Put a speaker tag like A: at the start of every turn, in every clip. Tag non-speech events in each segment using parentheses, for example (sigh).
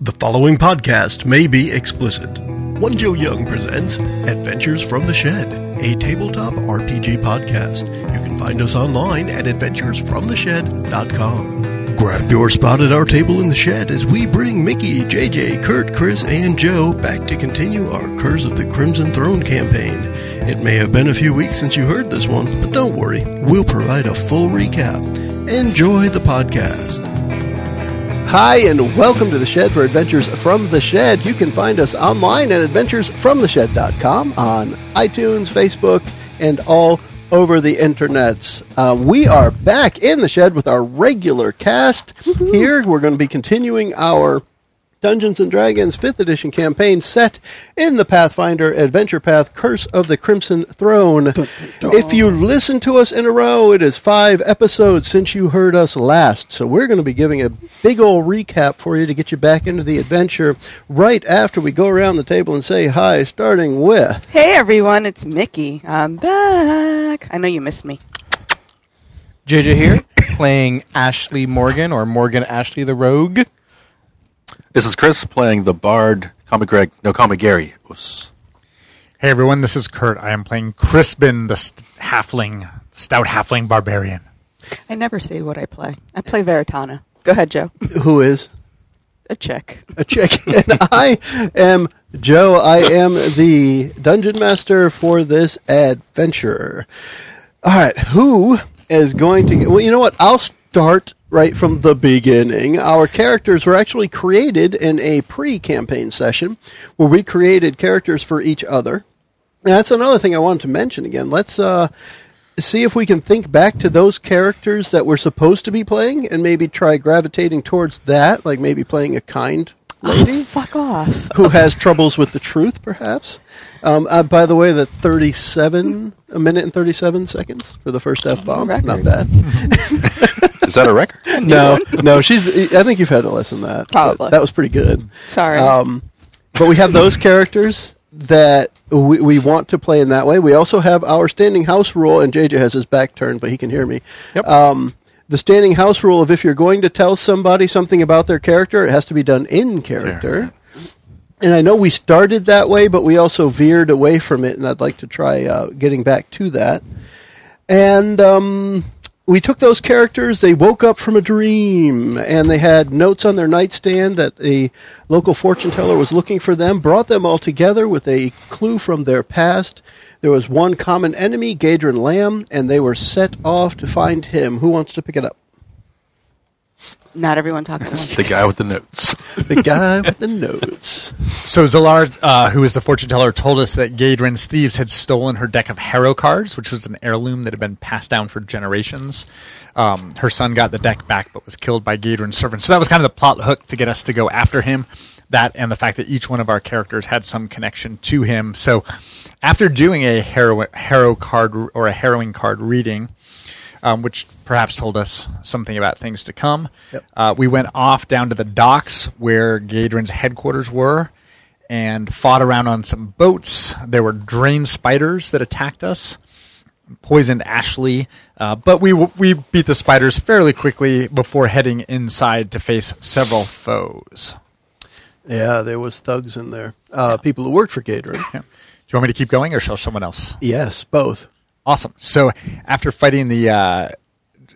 A: The following podcast may be explicit. One Joe Young presents Adventures from the Shed, a tabletop RPG podcast. You can find us online at adventuresfromtheshed.com. Grab your spot at our table in the shed as we bring Mickey, JJ, Kurt, Chris, and Joe back to continue our Curse of the Crimson Throne campaign. It may have been a few weeks since you heard this one, but don't worry, we'll provide a full recap. Enjoy the podcast.
B: Hi, and welcome to the Shed for Adventures from the Shed. You can find us online at adventuresfromtheshed.com, on iTunes, Facebook, and all over the internets. Uh, we are back in the shed with our regular cast. Here, we're going to be continuing our Dungeons and Dragons 5th edition campaign set in the Pathfinder Adventure Path Curse of the Crimson Throne. If you listen to us in a row, it is five episodes since you heard us last. So we're going to be giving a big ol' recap for you to get you back into the adventure right after we go around the table and say hi, starting with.
C: Hey everyone, it's Mickey. I'm back. I know you missed me.
D: JJ here, (coughs) playing Ashley Morgan or Morgan Ashley the Rogue.
E: This is Chris playing the Bard Comic Greg, no Comic Gary. Oops.
F: Hey everyone, this is Kurt. I am playing Crispin, the st- halfling, stout halfling barbarian.
C: I never say what I play. I play Veritana. Go ahead, Joe.
B: Who is?
C: A chick. (laughs)
B: a chick. And (laughs) I am Joe. I am the dungeon master for this adventure. All right, who is going to get. Well, you know what? I'll start right from the beginning. Our characters were actually created in a pre campaign session where we created characters for each other. And that's another thing I wanted to mention again. Let's. Uh, see if we can think back to those characters that we're supposed to be playing and maybe try gravitating towards that, like maybe playing a kind lady
C: Oh, Fuck off.
B: who has troubles with the truth, perhaps. Um, uh, by the way, the 37, a minute and 37 seconds for the first F bomb.
C: Record.
B: Not bad.
E: Is that
B: (laughs)
E: a record?
C: (laughs)
B: No, no, she's, I think you've had to listen to that. but
C: Probably.
B: That was pretty good.
C: Sorry.
B: Um, but we have
C: (laughs)
B: those characters that we, we want to play in that way. We also have our standing house rule, and JJ has his back turned, but he can hear me.
D: Yep.
B: Um, the standing house rule of if you're going to tell somebody something about their character, it has to be done in character. And I know we started that way, but we also veered away from it, and I'd like to try uh, getting back to that. And um, we took those characters. They woke up from a dream, and they had notes on their nightstand that a local fortune teller was looking for them. Brought them all together with a clue from their past. There was one common enemy, Gadron Lamb, and they were set off to find him. Who wants to pick it up?
C: Not everyone talking. About
E: The guy with the notes.
B: The guy with the notes.
F: So Zalar, uh, who is the fortune teller, told us that Gadrin's thieves had stolen her deck of Harrow cards, which was an heirloom that had been passed down for generations. Um, her son got the deck back, but was killed by Gadrin's servants. So that was kind of the plot hook to get us to go after him. That and the fact that each one of our characters had some connection to him. So after doing a harrow, harrow card or a harrowing card reading, um, which perhaps told us something about things to come.
B: Yep.
F: Uh, we went off down to the docks where Gadrin's headquarters were and fought around on some boats. There were drain spiders that attacked us, poisoned Ashley, uh, but we, we beat the spiders fairly quickly before heading inside to face several foes.
B: Yeah, there was thugs in there. Uh, People who worked for Gadron.
F: Yeah. Do you want me to keep going or shall someone else?
B: Yes, both.
F: Awesome. So after fighting the uh,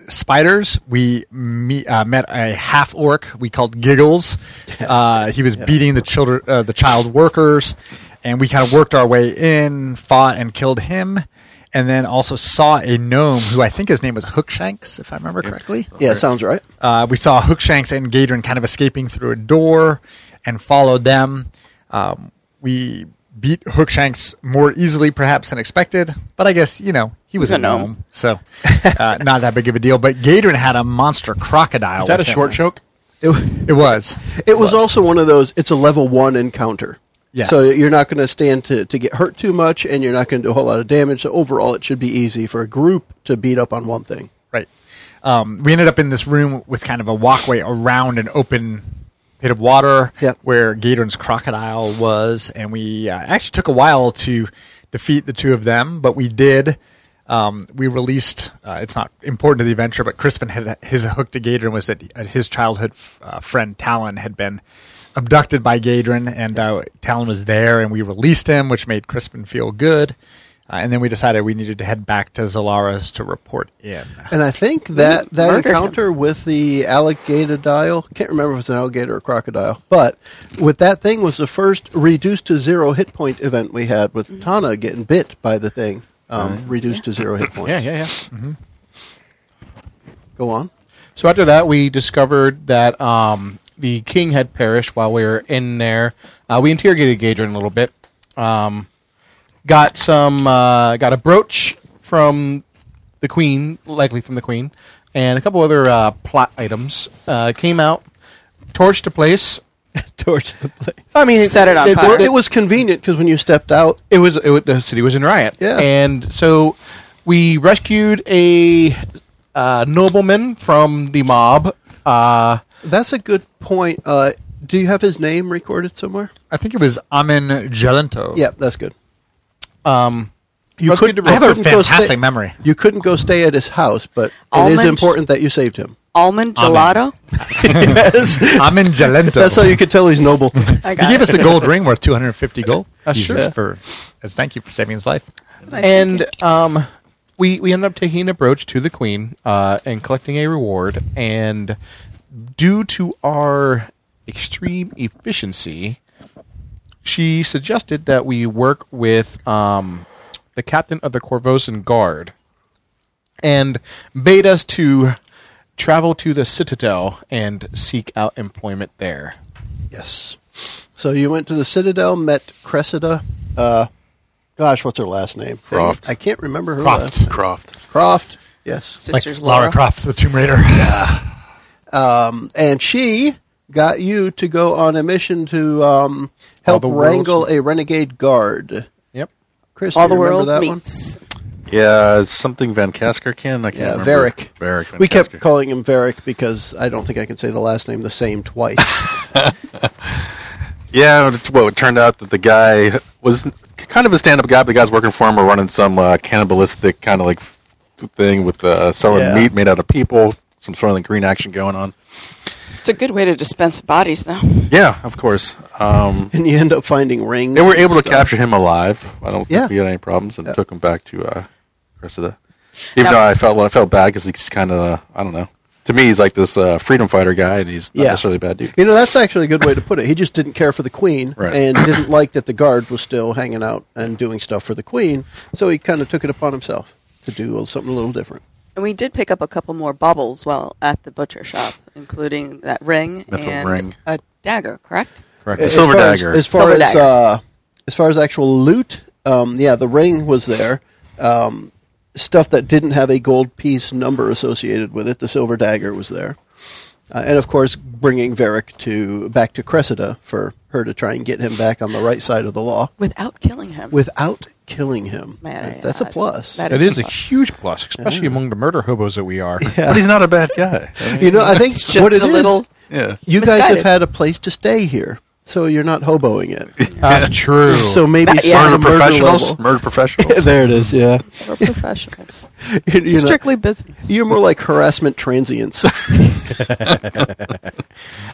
F: spiders, we meet, uh, met a half orc we called Giggles. Uh, he was beating the children, uh, the child workers, and we kind of worked our way in, fought and killed him, and then also saw a gnome who I think his name was Hookshanks, if I remember correctly.
B: Yeah, sounds right.
F: Uh, we saw Hookshanks and Gadrin kind of escaping through a door and followed them. Um, we beat Hookshanks more easily, perhaps, than expected, but I guess, you know, he was
C: He's a
F: a
C: gnome.
F: gnome, so uh, not that big of a deal. But Gadrin had a monster crocodile.
D: Is that a
F: with him.
D: short choke?
B: It,
F: It was.
B: it was also one of those, it's a level one encounter.
F: Yes.
B: So you're not going to stand to, to get hurt too much, and you're not going to do a whole lot of damage. So overall, it should be easy for a group to beat up on one thing.
F: Right. Um, we ended up in this room with kind of a walkway around an open pit of water
B: Yep.
F: where Gadron's crocodile was, and we uh, actually took a while to defeat the two of them, but we did. Um, we released. Uh, it's not important to the adventure, but Crispin had his hook to Gadron was that uh, his childhood uh, friend Talon had been abducted by Gadrin, and uh, Talon was there, and we released him, which made Crispin feel good. Uh, and then we decided we needed to head back to Zalara's to report in.
B: And I think that that
C: murdered him.
B: encounter with the alligator dial, can't remember if it's an alligator or crocodile, but with that thing was the first reduced to zero hit point event we had with Tana getting bit by the thing. Um, reduced to zero hit points.
D: Yeah, yeah, yeah.
B: Go on.
D: So after that, we discovered that um, the king had perished while we were in there. Uh, we interrogated Gadrin a little bit. Um, got some, uh, got a brooch from the queen, likely from the queen, and a couple other uh, plot items. Uh, came out, torched a place.
G: Torch the place.
D: I mean,
C: Set it on fire.
B: Well,
C: But-
B: it was convenient because when you stepped out,
D: it was, it was the city was in riot.
B: Yeah.
D: and so we rescued a uh, nobleman from the mob. Uh,
B: that's a good point. Uh, do you have his name recorded somewhere?
F: I think it was Amin Gelento.
B: Yeah, that's good.
D: you could
F: I have a
B: Couldn't go
F: fantastic
B: stay-
F: memory.
B: You couldn't go stay at his house, but it is
C: Almond-
B: important that you saved him.
C: Almond gelato.
F: Amin Gelento.
B: That's how you could tell he's noble.
C: I
F: He
C: got it.
F: gave us the gold ring worth 250 gold.
D: Uh,
F: pieces
D: sure.
F: For, as thank you for saving his life.
D: and um, we we ended up taking a brooch to the queen uh, and collecting a reward. And due to our extreme efficiency, she suggested that we work with um, the captain of the Corvosan guard, and bade us to travel to the citadel and seek out employment there.
B: Yes. So you went to the Citadel, met Cressida. Uh, gosh, what's her last name?
E: Croft.
B: I can't remember her
F: Croft.
B: last name.
E: Croft.
B: Croft. Yes.
C: Sisters
F: Lara
C: Laura.
F: Croft, the Tomb Raider.
B: And she got you to go on a mission to um, help
D: the world's-
B: wrangle a renegade guard.
D: Yep.
B: Chris,
C: All
B: do
C: the
B: you remember
C: world
B: that one?
C: meets.
E: Yeah, it's something Van Kasker can. I can't
B: Yeah,
E: remember.
B: Varric.
E: Varric. Van
B: We kept
E: Kasker.
B: calling him Varric because I don't think I can say the last name the same twice. (laughs)
E: Yeah, it- well, it turned out that the guy was kind of a stand-up guy. But the guys working for him were running some uh, cannibalistic kind of like f- thing with uh, selling
B: Yeah.
E: meat made out of people. Some sort of like green action going on.
C: It's a good way to dispense bodies, though.
E: Yeah, of course. Um,
B: and you end up finding rings.
E: and we were able to capture him alive. I don't think
B: uh, Yeah.
E: we had any problems, and
B: Yeah.
E: took him back to uh, Cressida. Even
C: Now-
E: though I felt I felt bad because he's kind of uh, I don't know. To me, he's like this uh, freedom fighter guy, and he's not
B: Yeah.
E: necessarily a bad dude.
B: You know, that's actually a good way to put it. He just didn't care for the queen
E: Right.
B: and didn't like that the guard was still hanging out and doing stuff for the queen. So he kind of took it upon himself to do something a little different.
C: And we did pick up a couple more baubles while at the butcher shop, including that ring
E: That's a
C: and
E: ring.
C: a dagger, correct?
E: Correct. The silver
B: far
E: dagger.
B: As, as far
C: Silver
B: as
C: dagger.
B: uh, as far as actual loot, um, yeah, the ring was there. Um, stuff that didn't have a gold piece number associated with it, the silver dagger was there, uh, and of course, bringing Varric to back to Cressida for her to try and get him back on the right side of the law.
C: Without killing him.
B: without killing him.
C: Man,
B: That- that's a
C: I-
B: plus.
C: that
D: It
C: is
D: is a huge plus, especially among the murder hobos that we are.
E: But he's not a bad guy. I
B: (laughs)
E: mean,
B: you know, I think
C: It's (laughs) just
B: what it
C: a
B: is,
C: little-
E: yeah.
B: you guys have
C: Misguided.
B: had a place to stay here, so you're not hoboing
E: (laughs)
B: it.
D: That's true.
B: so maybe
C: That-
B: some
C: yeah.
E: Murder
B: of the murder
E: professionals.
B: level.
E: Murder
B: (laughs)
E: professionals.
B: there it is. Yeah,
C: We're professionals.
B: (laughs) you're, you're not-
C: Strictly business.
B: you're more like harassment (laughs) transients.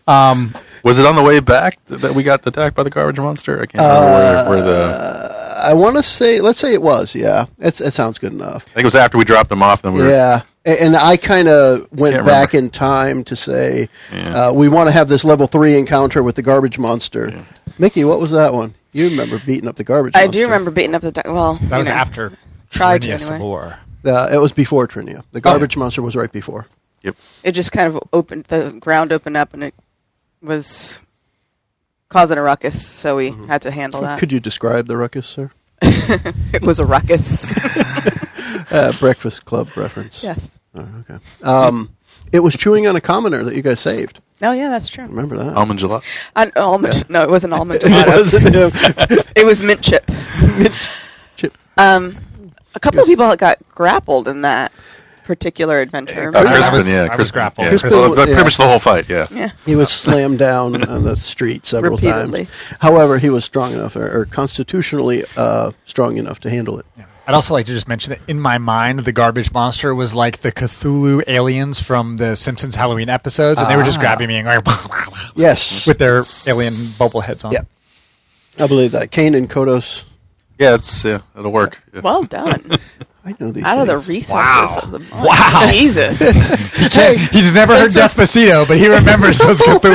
E: Was it on the way back th- that we got attacked by the garbage monster? I can't remember
B: Uh,
E: where, where the.
B: I want to say, let's say it was. Yeah, it's, that sounds good enough.
E: I think it was after we dropped them off. Then we were.
B: Yeah, A- and I kind of went
E: Can't
B: back
E: remember.
B: in time to say
E: Yeah.
B: uh, we want to have this level three encounter with the garbage monster. Mickey, what was that one? You remember beating up the garbage?
C: I
B: monster.
C: do remember beating up the dagger. Well,
F: That
C: you
F: was
C: know.
F: after
C: Tried
F: Trinia
C: to, anyway.
F: Civil War.
B: Uh, it was before Trinia.
C: Oh,
B: The garbage monster was right before.
E: Yep.
C: It just kind of opened the ground opened up, and it was causing a ruckus. So we had to handle that.
B: Could you describe the ruckus, sir?
C: it was a ruckus.
B: Uh, Breakfast Club reference.
C: yes.
B: Oh, okay. Um, it was chewing on a commoner that you guys saved.
C: Oh yeah, that's true.
B: Remember that?
E: Almond gelato.
C: An almond? No, it (laughs) wasn't almond.
B: it
C: gelato.
B: wasn't him.
C: it was mint chip.
B: Chip.
C: Um, a couple of people got grappled in that particular adventure.
E: Oh,
B: I
E: Crispin,
F: was-
E: yeah.
F: I was
E: Crispin,
F: grappled.
E: Yeah.
F: Crispin
E: Well,
B: was-
E: pretty
B: yeah.
E: much the whole fight, yeah.
C: Yeah.
B: (laughs) He was slammed down on the street several
C: Repeatedly.
B: times. However, he was strong enough, or, or constitutionally uh, strong enough to handle it.
F: I'd also like to just mention that in my mind, the garbage monster was like the Cthulhu aliens from the Simpsons Halloween episodes, and they were just grabbing me and going (laughs)
B: Yes.
F: with their alien bubble heads on.
B: Yep. I believe that. Kane and Kodos.
E: Yeah, it's yeah, it'll work. Yeah.
C: (laughs) Well done.
B: I know these.
C: Out of the
B: things.
C: recesses
F: Wow.
C: of the Wow. Jesus.
B: Hey,
F: He's never heard Despacito, but he remembers those Cthulhu
B: but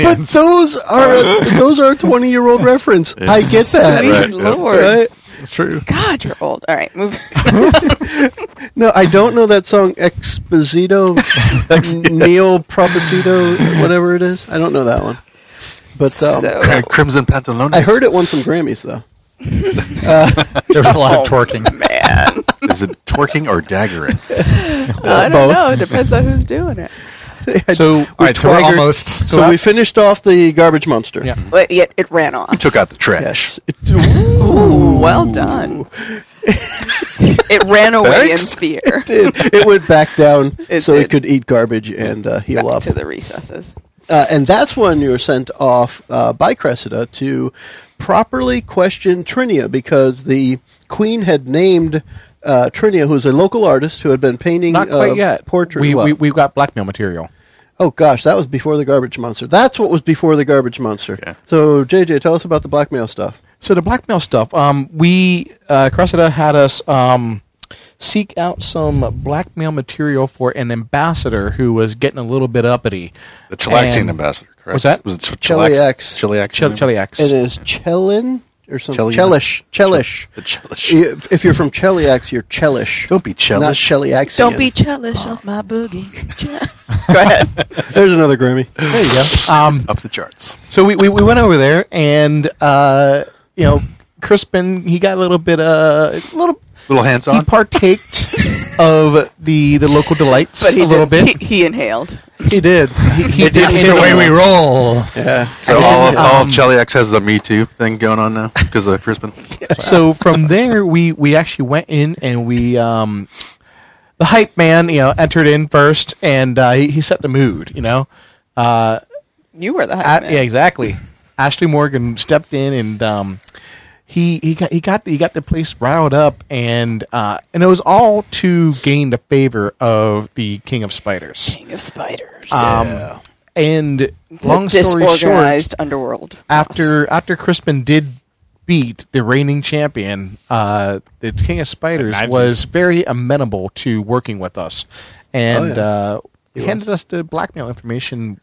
F: aliens.
B: those are those are twenty year old reference. I get that.
C: Sweet
E: Right, yeah.
C: Lord.
B: Right?
F: It's true.
C: God, you're old. All right, move.
B: No, I don't know that song Exposito, (laughs) Neil Proposito, whatever it is. I don't know that one. But um,
C: so,
E: Uh, (laughs) Crimson Pantalones.
B: I heard it won some Grammys though.
F: There was a lot (laughs) of twerking.
C: man.
E: Is it twerking or daggering?
C: I don't
B: both.
C: know. It depends on who's doing it.
D: So
F: All right, so we're
B: Swagger-
F: almost.
B: So we finished off the garbage monster.
D: (laughs) Yeah.
C: But yet it ran off.
E: Took out the trash.
B: Yes. (laughs) It
C: Ooh, well done. (laughs) it ran away
E: Thanks.
C: in fear
B: did. It went back down
C: (laughs) It
B: so it
C: did.
B: could eat garbage and uh, heal up.
C: to the recesses.
B: Uh, and that's when you were sent off uh, by Cressida to properly question Trinia because the queen had named uh, Trinia, who's a local artist who had been painting
D: not
B: uh,
D: quite yet.
B: portrait.
D: We,
B: well,
D: we we've got blackmail material.
B: oh gosh, that was before the garbage monster. That's what was before the garbage monster.
E: Yeah.
B: So JJ, tell us about the blackmail stuff.
D: So the blackmail stuff. Um, we uh, Cressida had us um, seek out some blackmail material for an ambassador who was getting a little bit uppity.
E: The Chilaxian
D: And-
E: ambassador, correct?
D: What's that?
E: Was it Ch-
B: Chiliax.
E: Chiliax.
D: Chil- Chiliax.
B: It is Chelin or something. Chelish.
E: Chelina.
B: Chelish.
E: The Chiliax.
B: If, if you're from Cheliax, you're Chelish.
E: Don't be
B: Not
E: Chelish.
B: Cheliaxian.
C: Don't be jealous of my boogie. (laughs) Go ahead.
B: There's another Grammy. Ah,
D: There you go. Um,
E: Up the charts.
D: so we, we, we went over there, and uh, you know, Crispin he got a little bit uh a little
E: Little hands
D: he (laughs)
E: on.
D: partaked of the the local delights
C: But he
D: (laughs) a little
C: did-
D: bit.
C: He, he inhaled.
D: He, did. He, he did.
F: That's the way we roll.
B: Yeah.
E: so all of, all of
D: um,
E: Chiliax has a Me Too thing going on now because
B: (laughs)
E: of Crispin.
D: so from there we we actually went in and we um the hype man you know entered in first and uh, he, he set the mood you know uh
C: You were the
D: a-
C: hype man.
D: yeah exactly ashley morgan stepped in and um he he got he got he got the place riled up and uh and it was all to gain the favor of the king of spiders
C: King of spiders.
D: um and
C: The
D: long story short
C: disorganized underworld.
D: after after Crispin did beat the reigning champion, uh, the King of Spiders
F: Knives
D: was
F: is-
D: very amenable to working with us, and
B: Oh, yeah.
D: uh, handed us the blackmail information.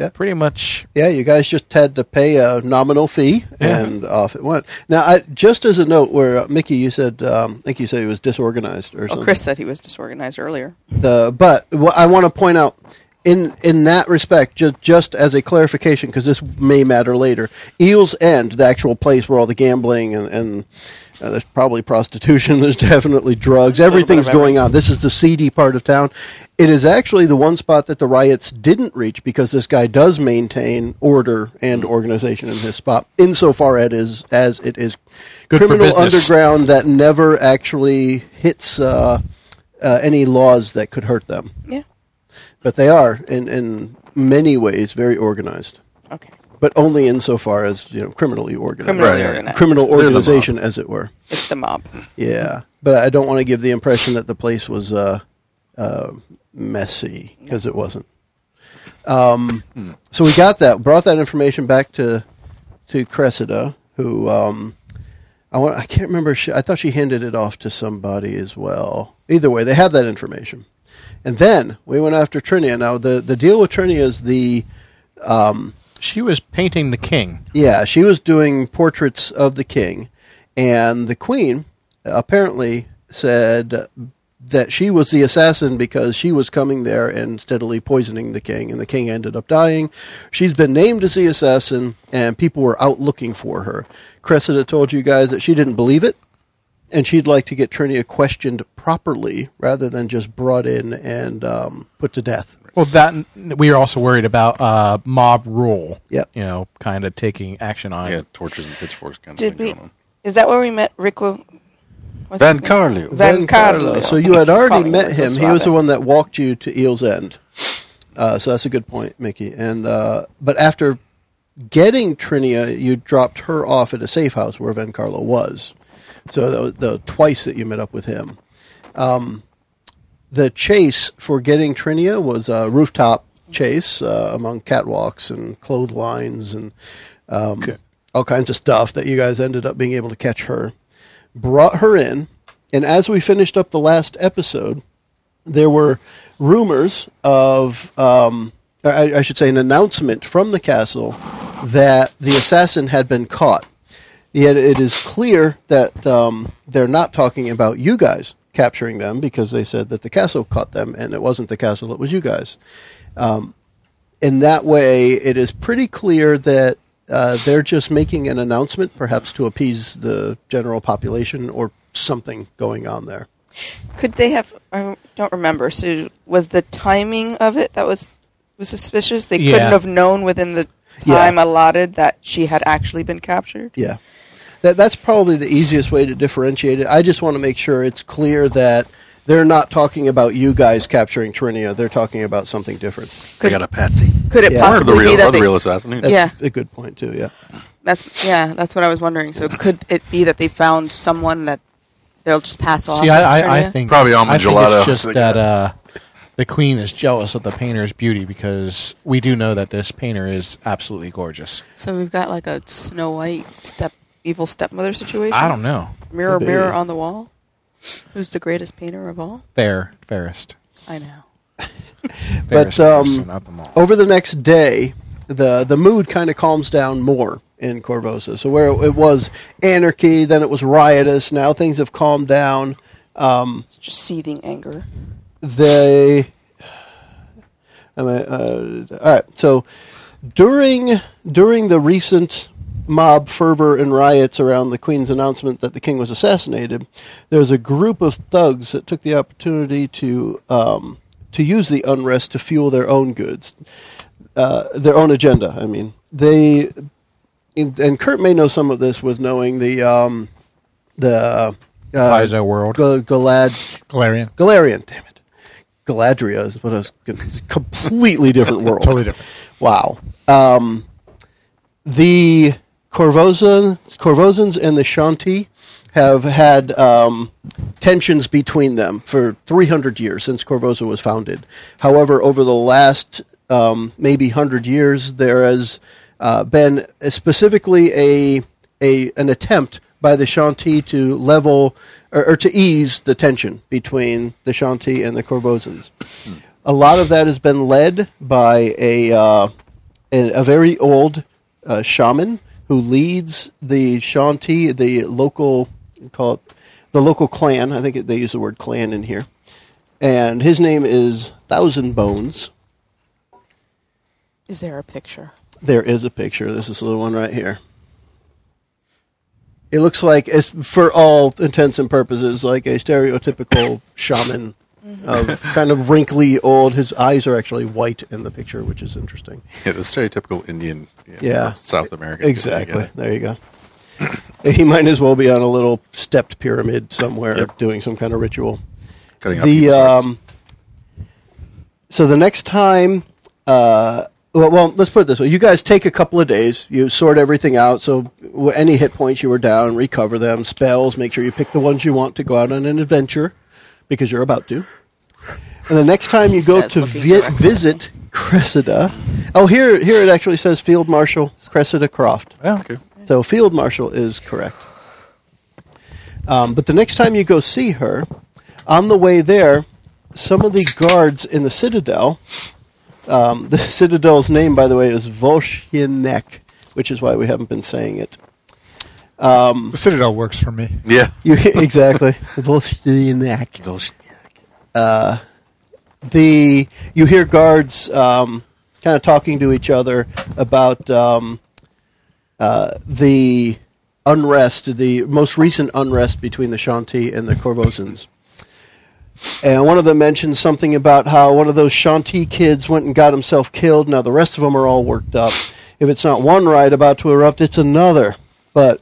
B: Yeah.
D: pretty much.
B: Yeah, you guys just had to pay a nominal fee,
D: Yeah.
B: and off it went. Now, I, just as a note, where uh, Mickey, you said, um, I think you said it was disorganized or
C: Well,
B: something.
C: Oh, Chris said he was disorganized earlier.
B: The, but what I want to point out in in that respect, just just as a clarification, because this may matter later. Eels End, the actual place where all the gambling and, and uh, there's probably prostitution. (laughs) There's definitely drugs. Everything's going on. This is the seedy part of town. It is actually the one spot that the riots didn't reach because this guy does maintain order and organization in his spot, insofar it is as it is
D: Good for
B: criminal
D: business.
B: underground that never actually hits uh, uh, any laws that could hurt them.
C: Yeah.
B: But they are, in, in many ways, very organized.
C: Okay.
B: But only insofar as, you know, criminally organized.
C: Criminally
E: Right, right.
C: organized.
B: Criminal
E: the mob.
B: organization, as it were.
C: It's the mob.
B: Yeah. But I don't want to give the impression that the place was uh, uh, messy, because it wasn't. Um, so we got that, brought that information back to, to Cressida, who um, I, want, I can't remember. She, I thought she handed it off to somebody as well. Either way, they had that information. And then we went after Trinia. Now, the, the deal with Trinia is the.
D: She was painting the king.
B: Yeah, she was doing portraits of the king, and the queen apparently said that she was the assassin because she was coming there and steadily poisoning the king, and the king ended up dying. She's been named as the assassin, and people were out looking for her. Cressida told you guys that she didn't believe it, and she'd like to get Trinia questioned properly rather than just brought in and um, put to death.
D: Well, that we were also worried about uh, mob rule.
B: Yep.
D: you know, kind of taking action on.
E: Yeah,
D: it.
E: torches and pitchforks kind of
C: Did
E: thing
C: we?
E: going on.
C: Is that where we met Rico? what's
E: Van
C: his name?
E: Carlo.
C: Van Carlo.
B: So you had already
C: Calling
B: met
C: Rico
B: him. He was the
C: Suave.
B: one that walked you to Eel's End. Uh, so that's a good point, Mickey. And uh, but after getting Trinia, you dropped her off at a safe house where Van Carlo was, So the, the twice that you met up with him. Um, the chase for getting Trinia was a rooftop chase uh, among catwalks and clotheslines and um, all kinds of stuff that you guys ended up being able to catch her. Brought her in, and as we finished up the last episode, there were rumors of, um, I, I should say, an announcement from the castle that the assassin had been caught. Yet it is clear that um, they're not talking about you guys capturing them because they said that the castle caught them and it wasn't the castle, it was you guys. Um, in that way, it is pretty clear that uh, they're just making an announcement, perhaps to appease the general population or something going on there.
C: Could they have? I don't remember. So was the timing of it that was was suspicious? They
D: Yeah.
C: couldn't have known within the
B: Yeah.
C: time allotted that she had actually been captured.
B: Yeah. That, that's probably the easiest way to differentiate it. I just want to make sure it's clear that they're not talking about you guys capturing Trinia. They're talking about something different.
E: They got a patsy.
C: Could it
B: Yeah.
E: Or the
C: possibly
E: real,
C: be that
E: or the
C: they,
E: real assassin. who knows?
B: That's
C: Yeah.
B: a good point, too. Yeah.
C: that's yeah, that's what I was wondering. So could it be that they found someone that they'll just pass off?
D: See,
C: as
D: I, I, I
C: Trinidad?
D: think
E: Probably almond
D: I think
E: gelato.
D: It's just that uh, the queen is jealous of the painter's beauty because we do know that this painter is absolutely gorgeous.
C: so. We've got like a Snow White step evil stepmother situation.
D: I don't know.
C: Mirror,
B: Could be.
C: mirror on the wall. Who's the greatest painter of all?
D: Fair, fairest.
C: I know.
B: But
D: Fairest
B: um,
D: person of them all.
B: over the next day, the, the mood kind of calms down more in Corvosa. So, where it was anarchy, then it was riotous, now things have calmed down.
C: It's just seething anger.
B: they. Am I, uh, all right. So during during the recent mob fervor and riots around the queen's announcement that the king was assassinated, there was a group of thugs that took the opportunity to um, to use the unrest to fuel their own goods, uh, their own agenda. I mean, they and, and Kurt may know some of this with knowing the um, the uh,
D: Paizo world.
B: Ga- Galad
F: Galarian.
B: Galarian, damn it. Galadria is what I was gonna- it's a completely
F: (laughs)
B: different world.
F: Totally different.
B: Wow. Um, the Corvosan, Corvosans and the Shanti have had um, tensions between them for 300 years since Corvosa was founded. However, over the last um, maybe 100 years, there has uh, been specifically a, a an attempt by the Shanti to level or, or to ease the tension between the Shanti and the Corvosans a lot of that has been led by a uh, a, a very old uh, shaman who leads the Shanti, the local we call it the local clan. I think they use the word clan in here, and his name is Thousand Bones.
C: Is there a picture?
B: There is a picture. This is the one right here. It looks like, as for all intents and purposes, like a stereotypical shaman of kind of wrinkly old. His eyes are actually white in the picture, which is interesting.
E: Yeah, the stereotypical Indian.
B: Yeah.
E: South American.
B: Exactly. There you go. (clears throat) he might as well be on a little stepped pyramid somewhere doing some kind of ritual.
E: Cutting up
B: the
E: people's hearts.
B: um, so the next time uh, well, well let's put it this way you guys take a couple of days you sort everything out so w- any hit points you were down recover them spells make sure you pick the ones you want to go out on an adventure because you're about to and the next time you go
C: Says
B: to
C: looking
B: vi-
C: directly.
B: visit cressida oh here here it actually says field marshal cressida croft
E: Yeah, okay.
B: so field marshal is correct. Um, but the next time you go see her, on the way there, some of the guards in the citadel. Um, (laughs) the citadel's name, by the way, is Volshinek, which is why we haven't been saying it.
F: The Citadel works for me.
E: Yeah.
B: You exactly Volshinek. Uh, the you hear guards um, kind of talking to each other about um, uh, the unrest, the most recent unrest between the Shanti and the Corvosans. And one of them mentions something about how one of those Shanti kids went and got himself killed. Now the rest of them are all worked up. If it's not one riot about to erupt, it's another. But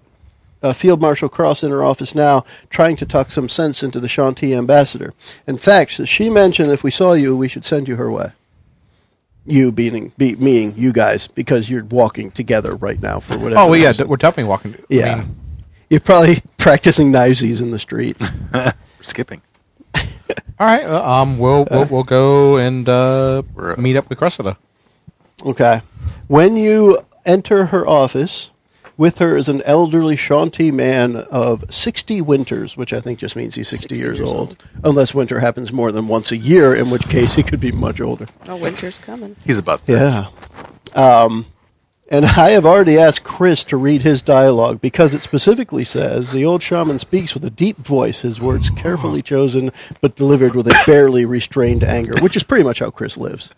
B: uh, Field Marshal Cross in her office now, trying to talk some sense into the Shanti ambassador. In fact, she mentioned if we saw you, we should send you her way. You being, be, meaning you guys, because you're walking together right now for whatever.
D: Oh well, yeah,
B: reason.
D: we're definitely walking. I
B: Yeah.
D: mean,
B: you probably (laughs) practicing knivesies in the street.
E: We're skipping.
D: All right. uh, Um, we'll we'll, we'll go and uh,
E: We're-
D: meet up with Cressida.
B: Okay. When you enter her office, with her is an elderly Shanti man of 60 winters, which I think just means he's 60,
C: 60
B: years,
C: years
B: old. Unless winter happens more than once a year, in which case he could be much older.
C: Oh, winter's (laughs) coming.
E: He's about thirty.
B: Yeah. Um, and I have already asked Chris to read his dialogue because it specifically says the old shaman speaks with a deep voice, his words carefully chosen but delivered with a barely restrained anger, which is pretty much how Chris lives.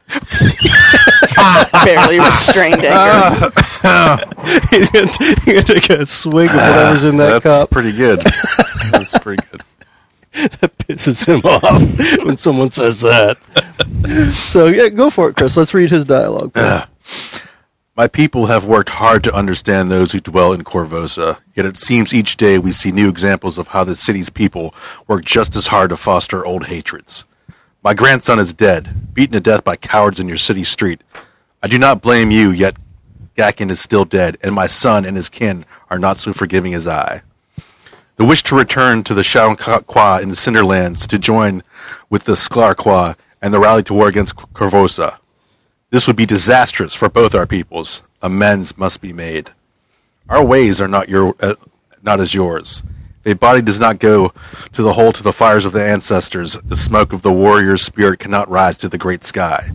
C: Barely restrained anger.
B: He's going to take a swig of whatever's in that
E: That's
B: cup. (laughs)
E: pretty good. That's pretty good.
B: pisses him off when someone says that. so yeah, go for it, Chris. Let's read his dialogue.
E: My people have worked hard to understand those who dwell in Corvosa, yet it seems each day we see new examples of how the city's people work just as hard to foster old hatreds. My grandson is dead, beaten to death by cowards in your city street. I do not blame you, yet Gakin is still dead, and my son and his kin are not so forgiving as I. The wish to return to the Shaonkwa in the Cinderlands to join with the Sklarqua and the rally to war against Corvosa. This would be disastrous for both our peoples. Amends must be made. Our ways are not your, uh, not as yours. If a body does not go to the hole to the fires of the ancestors, the smoke of the warrior's spirit cannot rise to the great sky.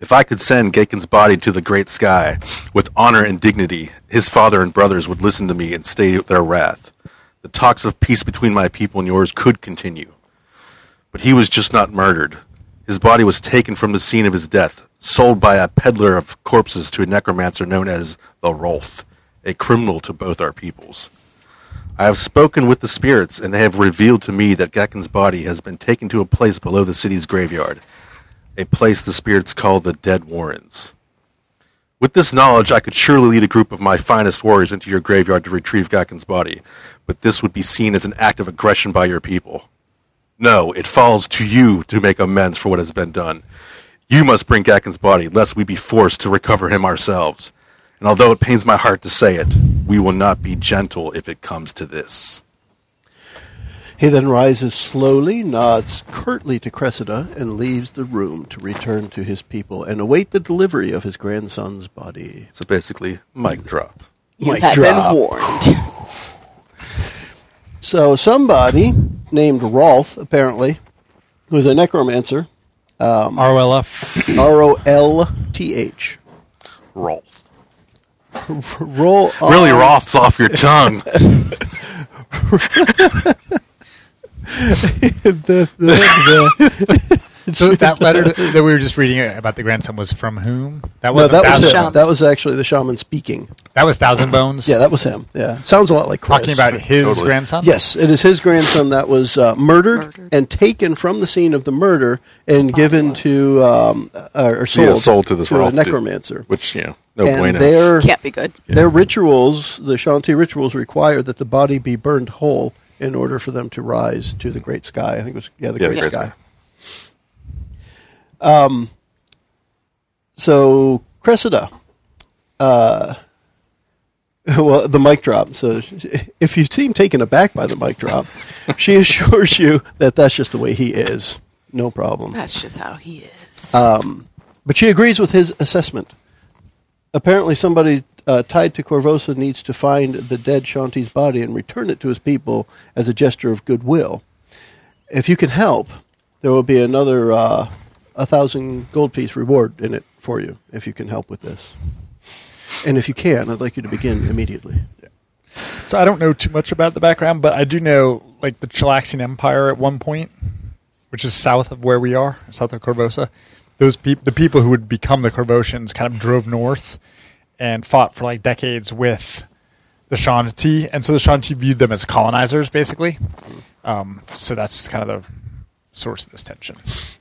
E: If I could send Gaken's body to the great sky with honor and dignity, his father and brothers would listen to me and stay their wrath. The talks of peace between my people and yours could continue. But he was just not murdered. His body was taken from the scene of his death, sold by a peddler of corpses to a necromancer known as the Rolf, a criminal to both our peoples. I have spoken with the spirits, and they have revealed to me that Gekken's body has been taken to a place below the city's graveyard, a place the spirits call the Dead Warrens. With this knowledge, I could surely lead a group of my finest warriors into your graveyard to retrieve Gekken's body, but this would be seen as an act of aggression by your people. No, it falls to you to make amends for what has been done. You must bring Gacken's body, lest we be forced to recover him ourselves. And although it pains my heart to say it, we will not be gentle if it comes to this.
B: He then rises slowly, nods curtly to Cressida, and leaves the room to return to his people and await the delivery of his grandson's body.
E: So basically, mic drop.
C: You
B: Mic
C: have
B: drop.
C: been warned.
B: So somebody named Rolf, apparently, who's a necromancer,
D: (coughs)
F: ROLF.
B: R O L T H.
E: Rolf.
B: Roll on,
E: Really, Rolf's off your tongue.
F: so that letter that we were just reading about the grandson was from whom? That
B: No,
F: was
B: that was
C: Shaman.
B: it. that was actually the shaman speaking.
F: That was Thousand Bones.
B: Yeah, that was him. Yeah, sounds a lot like Chris.
F: talking about his
E: Totally.
F: grandson.
B: Yes, it is his grandson that was uh, murdered,
C: Murdered.
B: and taken from the scene of the murder and given to um, uh, or sold,
E: Yeah, sold to this
B: a
E: Rolf dude.
B: necromancer.
E: Which, you know, no
B: and
E: bueno.
B: their
C: Can't be good.
B: their rituals, the Shanti rituals, require that the body be burned whole in order for them to rise to the great sky. I think it was yeah, the
E: Yeah,
B: great sky. Um, So Cressida, uh, (laughs) well, the mic drop. So (laughs) sh- if you seem taken aback by the mic drop, she (laughs) assures you that that's just the way he is, no problem.
C: That's just how he is.
B: But she agrees with his assessment. Apparently, somebody uh, tied to Corvosa needs to find the dead Shanti's body and return it to his people as a gesture of goodwill. If you can help, there will be another uh, a thousand gold piece reward in it for you if you can help with this. And if you can, I'd like you to begin immediately.
F: So I don't know too much about the background, but I do know like the Chilaxian Empire at one point, which is south of where we are, south of Corvosa. Those peop the people who would become the Corvosians kind of drove north and fought for like decades with the Shanti, and so the Shanti viewed them as colonizers, basically. Um, so that's kind of the source of this tension.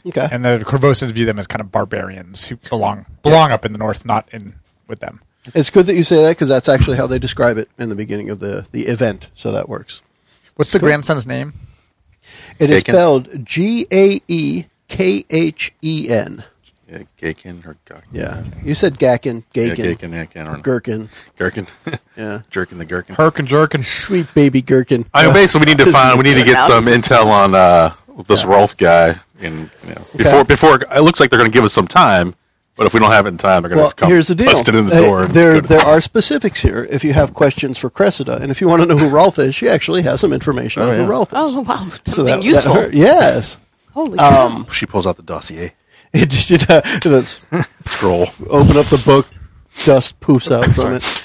B: Okay.
F: And the Corvosans view them as kind of barbarians who belong belong up in the north, not in with them.
B: It's good that you say that because that's actually how they describe it in the beginning of the, the event, so that works.
F: What's the grandson's name?
B: It is
E: Gaken?
B: spelled G A E K H E N.
E: Yeah, Gakin or Gak-
B: Yeah. You said Gakin,
E: Yeah,
B: Gakin,
E: Gakin. Yeah, Gakin. or-
B: Gherkin.
E: Gherkin. (laughs)
B: Yeah.
E: Jerkin the Gherkin.
D: Herk and jerkin.
B: Sweet baby Gherkin.
E: I mean, basically, we need to find. We need to get some
C: Analysis.
E: intel on uh, this Rolf guy. And you know, before, before it looks like they're going to give us some time. But if we don't have it in time, they're going to
B: Well,
E: come
B: here's the deal.
E: bust it in the
B: Uh,
E: door. and
B: there,
E: go to-
B: there are specifics here. If you have questions for Cressida, and if you want to know who Rolf is, she actually has some information on who Rolf is.
C: Oh wow, something
B: So that- that
C: useful.
B: hurt. yes. Um,
C: Holy cow.
E: she pulls out the dossier
B: (laughs) It just uh, let's
E: scroll.
B: open up the book. Dust poofs out from it.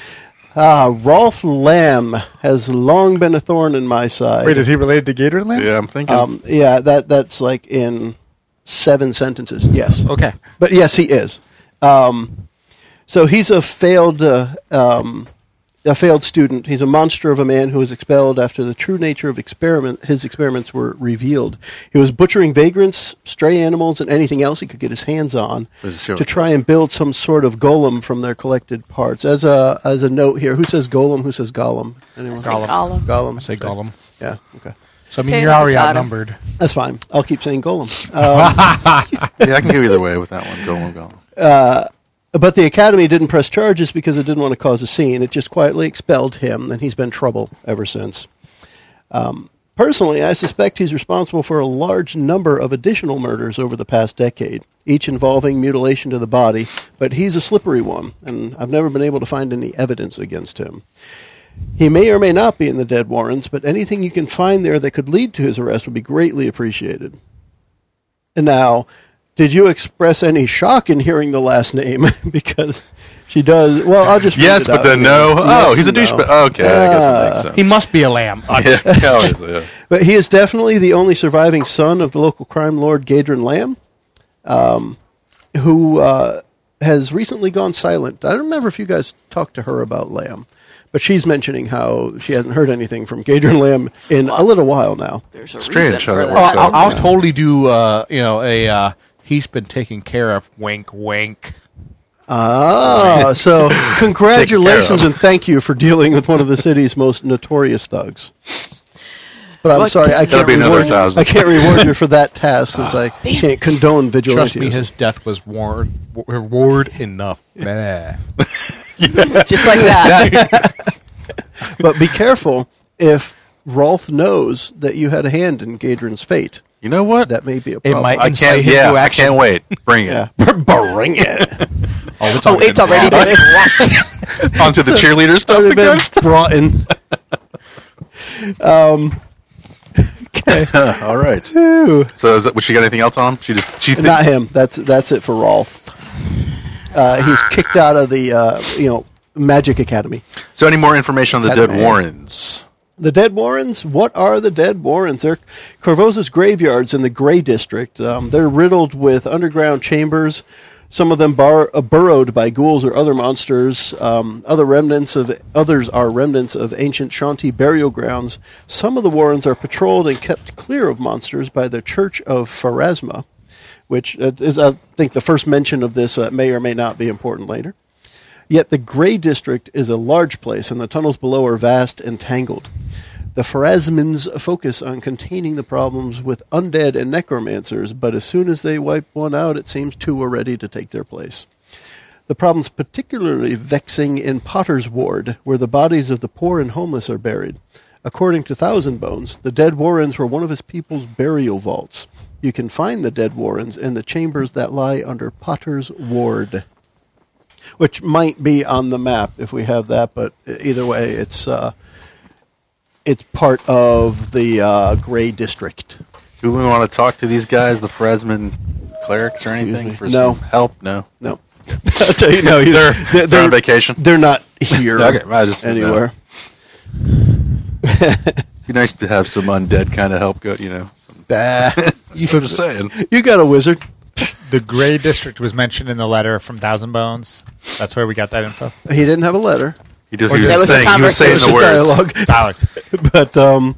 B: Ah, Rolf Lamb has long been a thorn in my side.
F: Wait, is he related to Gatorland?
E: Yeah, I'm thinking.
B: (laughs) um, yeah, that that's like in seven sentences. Yes.
F: Okay.
B: But yes, he is. Um, so he's a failed uh, um, a failed student. He's a monster of a man who was expelled after the true nature of experiment his experiments were revealed. He was butchering vagrants, stray animals, and anything else he could get his hands on
E: There's a serial
B: to try and build some sort of golem from their collected parts. As a as a note here, who says golem? Who says golem? Anyone?
C: say Gollum.
B: Golem.
D: I say Gollum.
B: Yeah. Okay.
D: So I mean,
C: Potato,
D: you're already
C: potato.
D: outnumbered.
B: That's fine. I'll keep saying golem.
E: yeah, I can go either way with that one. Go on, go on.
B: But the academy didn't press charges because it didn't want to cause a scene. It just quietly expelled him, and he's been trouble ever since. Um, personally, I suspect he's responsible for a large number of additional murders over the past decade, each involving mutilation to the body, but he's a slippery one, and I've never been able to find any evidence against him. He may or may not be in the dead warrants, but anything you can find there that could lead to his arrest would be greatly appreciated. And now, did you express any shock in hearing the last name? (laughs) because she does. Well, I'll just. read
E: (laughs) Yes,
B: it
E: but
B: out
E: then
B: here.
E: no. Oh,
B: Yes
E: he's a
B: and no.
E: douchebag. Okay, I guess it
D: He
E: makes sense.
D: must be a lamb. Uh,
E: (laughs) Yeah, yeah, it is, yeah.
B: But he is definitely the only surviving son of the local crime lord Gadrin Lamb, um, who uh, has recently gone silent. I don't remember if you guys talked to her about Lamb, but she's mentioning how she hasn't heard anything from Gadrin Lamb in a little while now.
C: There's a
E: Strange
C: reason
E: how
C: for
E: that
C: that.
D: Oh, I'll,
E: works
D: I'll totally do. Uh, you know, a uh, he's been taken care of. Wink, wink.
B: Ah, so
D: (laughs)
B: congratulations
E: Taken care of.
B: and thank you for dealing with one of the city's most notorious thugs. But I'm
C: What
B: sorry,
C: did
B: I
C: you-
B: can't
E: That'll be another
B: reward.
E: thousand. Ah,
B: I can't reward you for
E: (laughs)
B: that task since I can't condone
D: Trust
B: vigilante.
D: me, his death was war- reward enough. (laughs) Meh.
C: Oh, Just like that.
B: but be careful if Rolf knows that you had a hand in Gadrin's fate.
E: You know what?
B: That may be a
D: It
B: problem.
D: might-
E: I
D: And so
E: can't.
D: hit
E: Yeah,
D: you
E: I
D: action.
E: can't wait. Bring
B: (laughs)
E: it
D: (laughs)
B: Yeah.
E: bring
B: (laughs)
E: it
D: Oh, it's
C: oh, it's already
E: (laughs)
C: done.
E: onto the cheerleader stuff
B: Already been
E: again.
B: brought in.
E: All right. So, is that, was she got anything else on? She just she
B: Not
E: think,
B: him. That's that's it for Rolf. Uh, he was kicked out of the uh, you know Magic Academy.
E: so any more information on the
B: That
E: dead
B: man.
E: Warrens?
B: The Dead Warrens? What are the Dead Warrens? They're Corvosa's graveyards in the Gray District. Um, they're riddled with underground chambers, some of them bar, uh, burrowed by ghouls or other monsters. Um, other remnants of others are remnants of ancient Shanti burial grounds. Some of the Warrens are patrolled and kept clear of monsters by the Church of Pharasma, which uh, is, I think, the first mention of this. So it may or may not be important later. Yet the Gray District is a large place, and the tunnels below are vast and tangled. The Pharasmans focus on containing the problems with undead and necromancers, but as soon as they wipe one out, it seems two are ready to take their place. The problem's particularly vexing in Potter's Ward, where the bodies of the poor and homeless are buried. According to Thousand Bones, the dead Warrens were one of his people's burial vaults. You can find the dead Warrens in the chambers that lie under Potter's Ward which might be on the map if we have that. But either way, it's uh, it's part of the uh, gray district.
E: Do we want to talk to these guys, the Fresman clerics, or anything
B: me.
E: for
B: No.
E: some help? No.
B: No,
E: (laughs)
B: I'll tell you, no, you
E: They're- they're on vacation?
B: They're not here.
E: (laughs) Okay, I just didn't know.
B: anywhere.
E: Be nice to have some undead kind of help. Go, you know.
B: Bah.
E: (laughs) You so just saying.
B: you got a wizard.
F: The Gray District was mentioned in the letter from Thousand Bones. That's where we got that info.
B: He didn't have a letter.
E: You just you
C: That
E: were
C: was a
E: saying you were saying
B: It's
E: the
B: a
E: words.
B: dialogue.
F: Valid.
B: But um,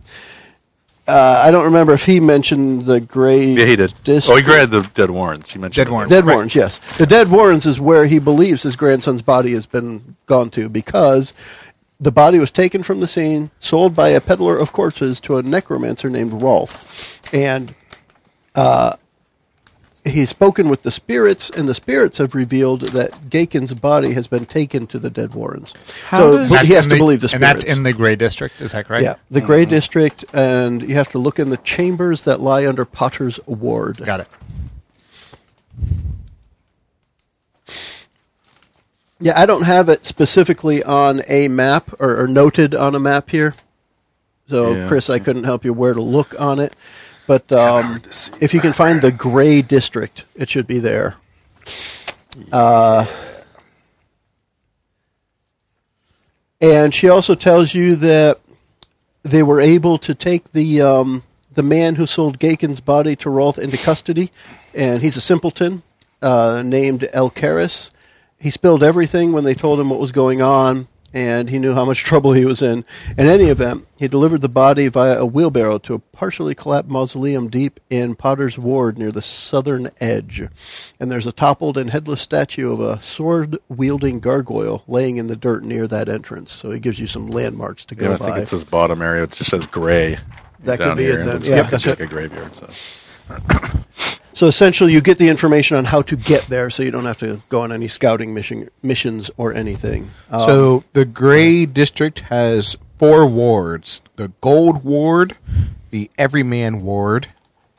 B: uh, I don't remember if he mentioned the gray.
E: Yeah, he did.
B: district.
E: Oh, he grabbed the dead Warrens. You mentioned
F: Dead Warrens.
B: Dead
F: Right.
B: Warrens, yes. The Dead Warrens is where he believes his grandson's body has been gone to because the body was taken from the scene, sold by a peddler of corpses to a necromancer named Rolf. And uh, he's spoken with the spirits, and the spirits have revealed that Gaken's body has been taken to the Dead Warrens. so
D: does-
B: but
F: That's
B: he has
F: in
B: to believe the
F: and
B: spirits.
F: that's in the Mm-hmm. gray district. Is that correct?
B: yeah, the Gray District, and you have to look in the chambers that lie under Potter's Ward.
F: got it.
B: Yeah, I don't have it specifically on a map or, or noted on a map here. So,
E: Yeah.
B: Chris, I couldn't help you where to look on it. But um,
E: hard to see
B: if you can find the gray district, it should be there. Uh, and she also tells you that they were able to take the um, the man who sold Gaken's body to Rolth into custody, and he's a simpleton uh, named Elcaris. He spilled everything when they told him what was going on, and he knew how much (laughs) trouble he was in. In any event, he delivered the body via a wheelbarrow to a partially collapsed mausoleum deep in Potter's Ward near the southern edge. And there's a toppled and headless statue of a sword wielding gargoyle laying in the dirt near that entrance. So he gives you some landmarks to go
E: Yeah, I
B: by.
E: think it says bottom area. It just says gray.
B: That could
E: down
B: be
E: here,
B: it
E: and
B: then,
E: looks
B: yeah.
E: like-
B: That's
E: like
B: it.
E: a graveyard. So.
B: So essentially, you get the information on how to get there, so you don't have to go on any scouting mission, missions or anything. Um,
D: so the gray district has four wards: the gold ward, the everyman ward,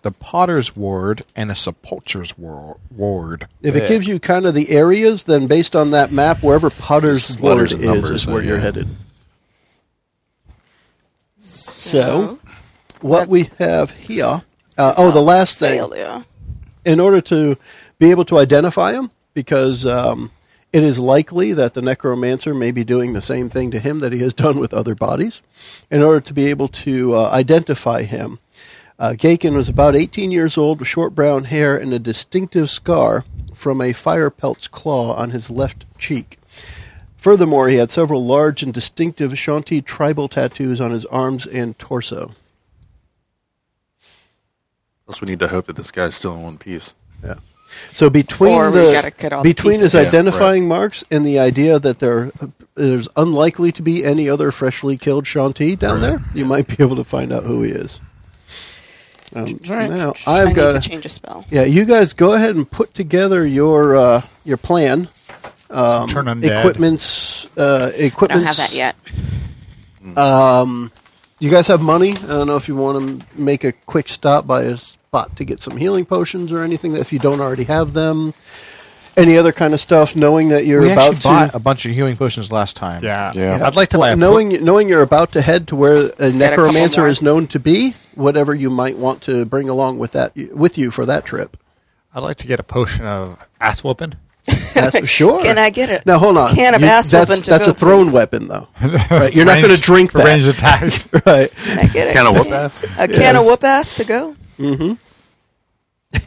D: the potter's ward, and a sepulcher's war- ward.
B: if it gives you kind of the areas, then based on that map, wherever Potter's
E: Just
B: Ward
E: letters
B: is,
E: and numbers,
B: is
E: so
B: where you're
E: yeah.
B: headed. So, what we have here. Uh, oh, the last thing.
C: Failure.
B: in order to be able to identify him, because um, it is likely that the necromancer may be doing the same thing to him that he has (laughs) done with other bodies. In order to be able to uh, identify him, uh, Gaken was about 18 years old, with short brown hair and a distinctive scar from a fire pelt's claw on his left cheek. Furthermore, he had several large and distinctive Shanti tribal tattoos on his arms and torso.
E: Plus, we need to hope that this guy's still in one piece.
B: Yeah. So between
C: Or we gotta cut
B: the
C: all the
B: between his
C: pieces. Yeah,
E: right.
B: identifying marks and the idea that there there's unlikely to be any other freshly killed Shanti down there, you might be able to find out who he is. Um, now
C: I
B: I've
C: need
B: got
C: to change a spell.
B: yeah. You guys go ahead and put together your uh, your plan. Um,
F: Turn on
B: Equipments, uh,
C: I don't
B: equipments.
C: have that yet.
B: You guys have money. I don't know if you want to make a quick stop by a spot to get some healing potions or anything. If you don't already have them, any other kind of stuff. Knowing that you're
D: We
B: about
D: actually
B: to
D: bought a bunch of healing potions last time.
F: Yeah.
E: Yeah.
F: I'd like to
B: Well,
F: buy a
B: knowing knowing you're about to head to where a
C: get a couple
B: necromancer
C: more.
B: is known to be, whatever you might want to bring along with that with you for that trip.
F: I'd like to get a potion of ass whooping.
C: (laughs)
B: That's, sure.
C: Can I get it?
B: Now hold on.
C: Can of
B: You-
C: ass
B: that's,
C: whooping to
B: that's
C: go,
B: a thrown
C: please.
B: weapon
C: (laughs)
B: though. Right? You're not going to drink that.
F: Range attacks.
B: (laughs) Right.
C: Can I get it?
E: Can of whoop ass?
C: A can of whoop ass to go?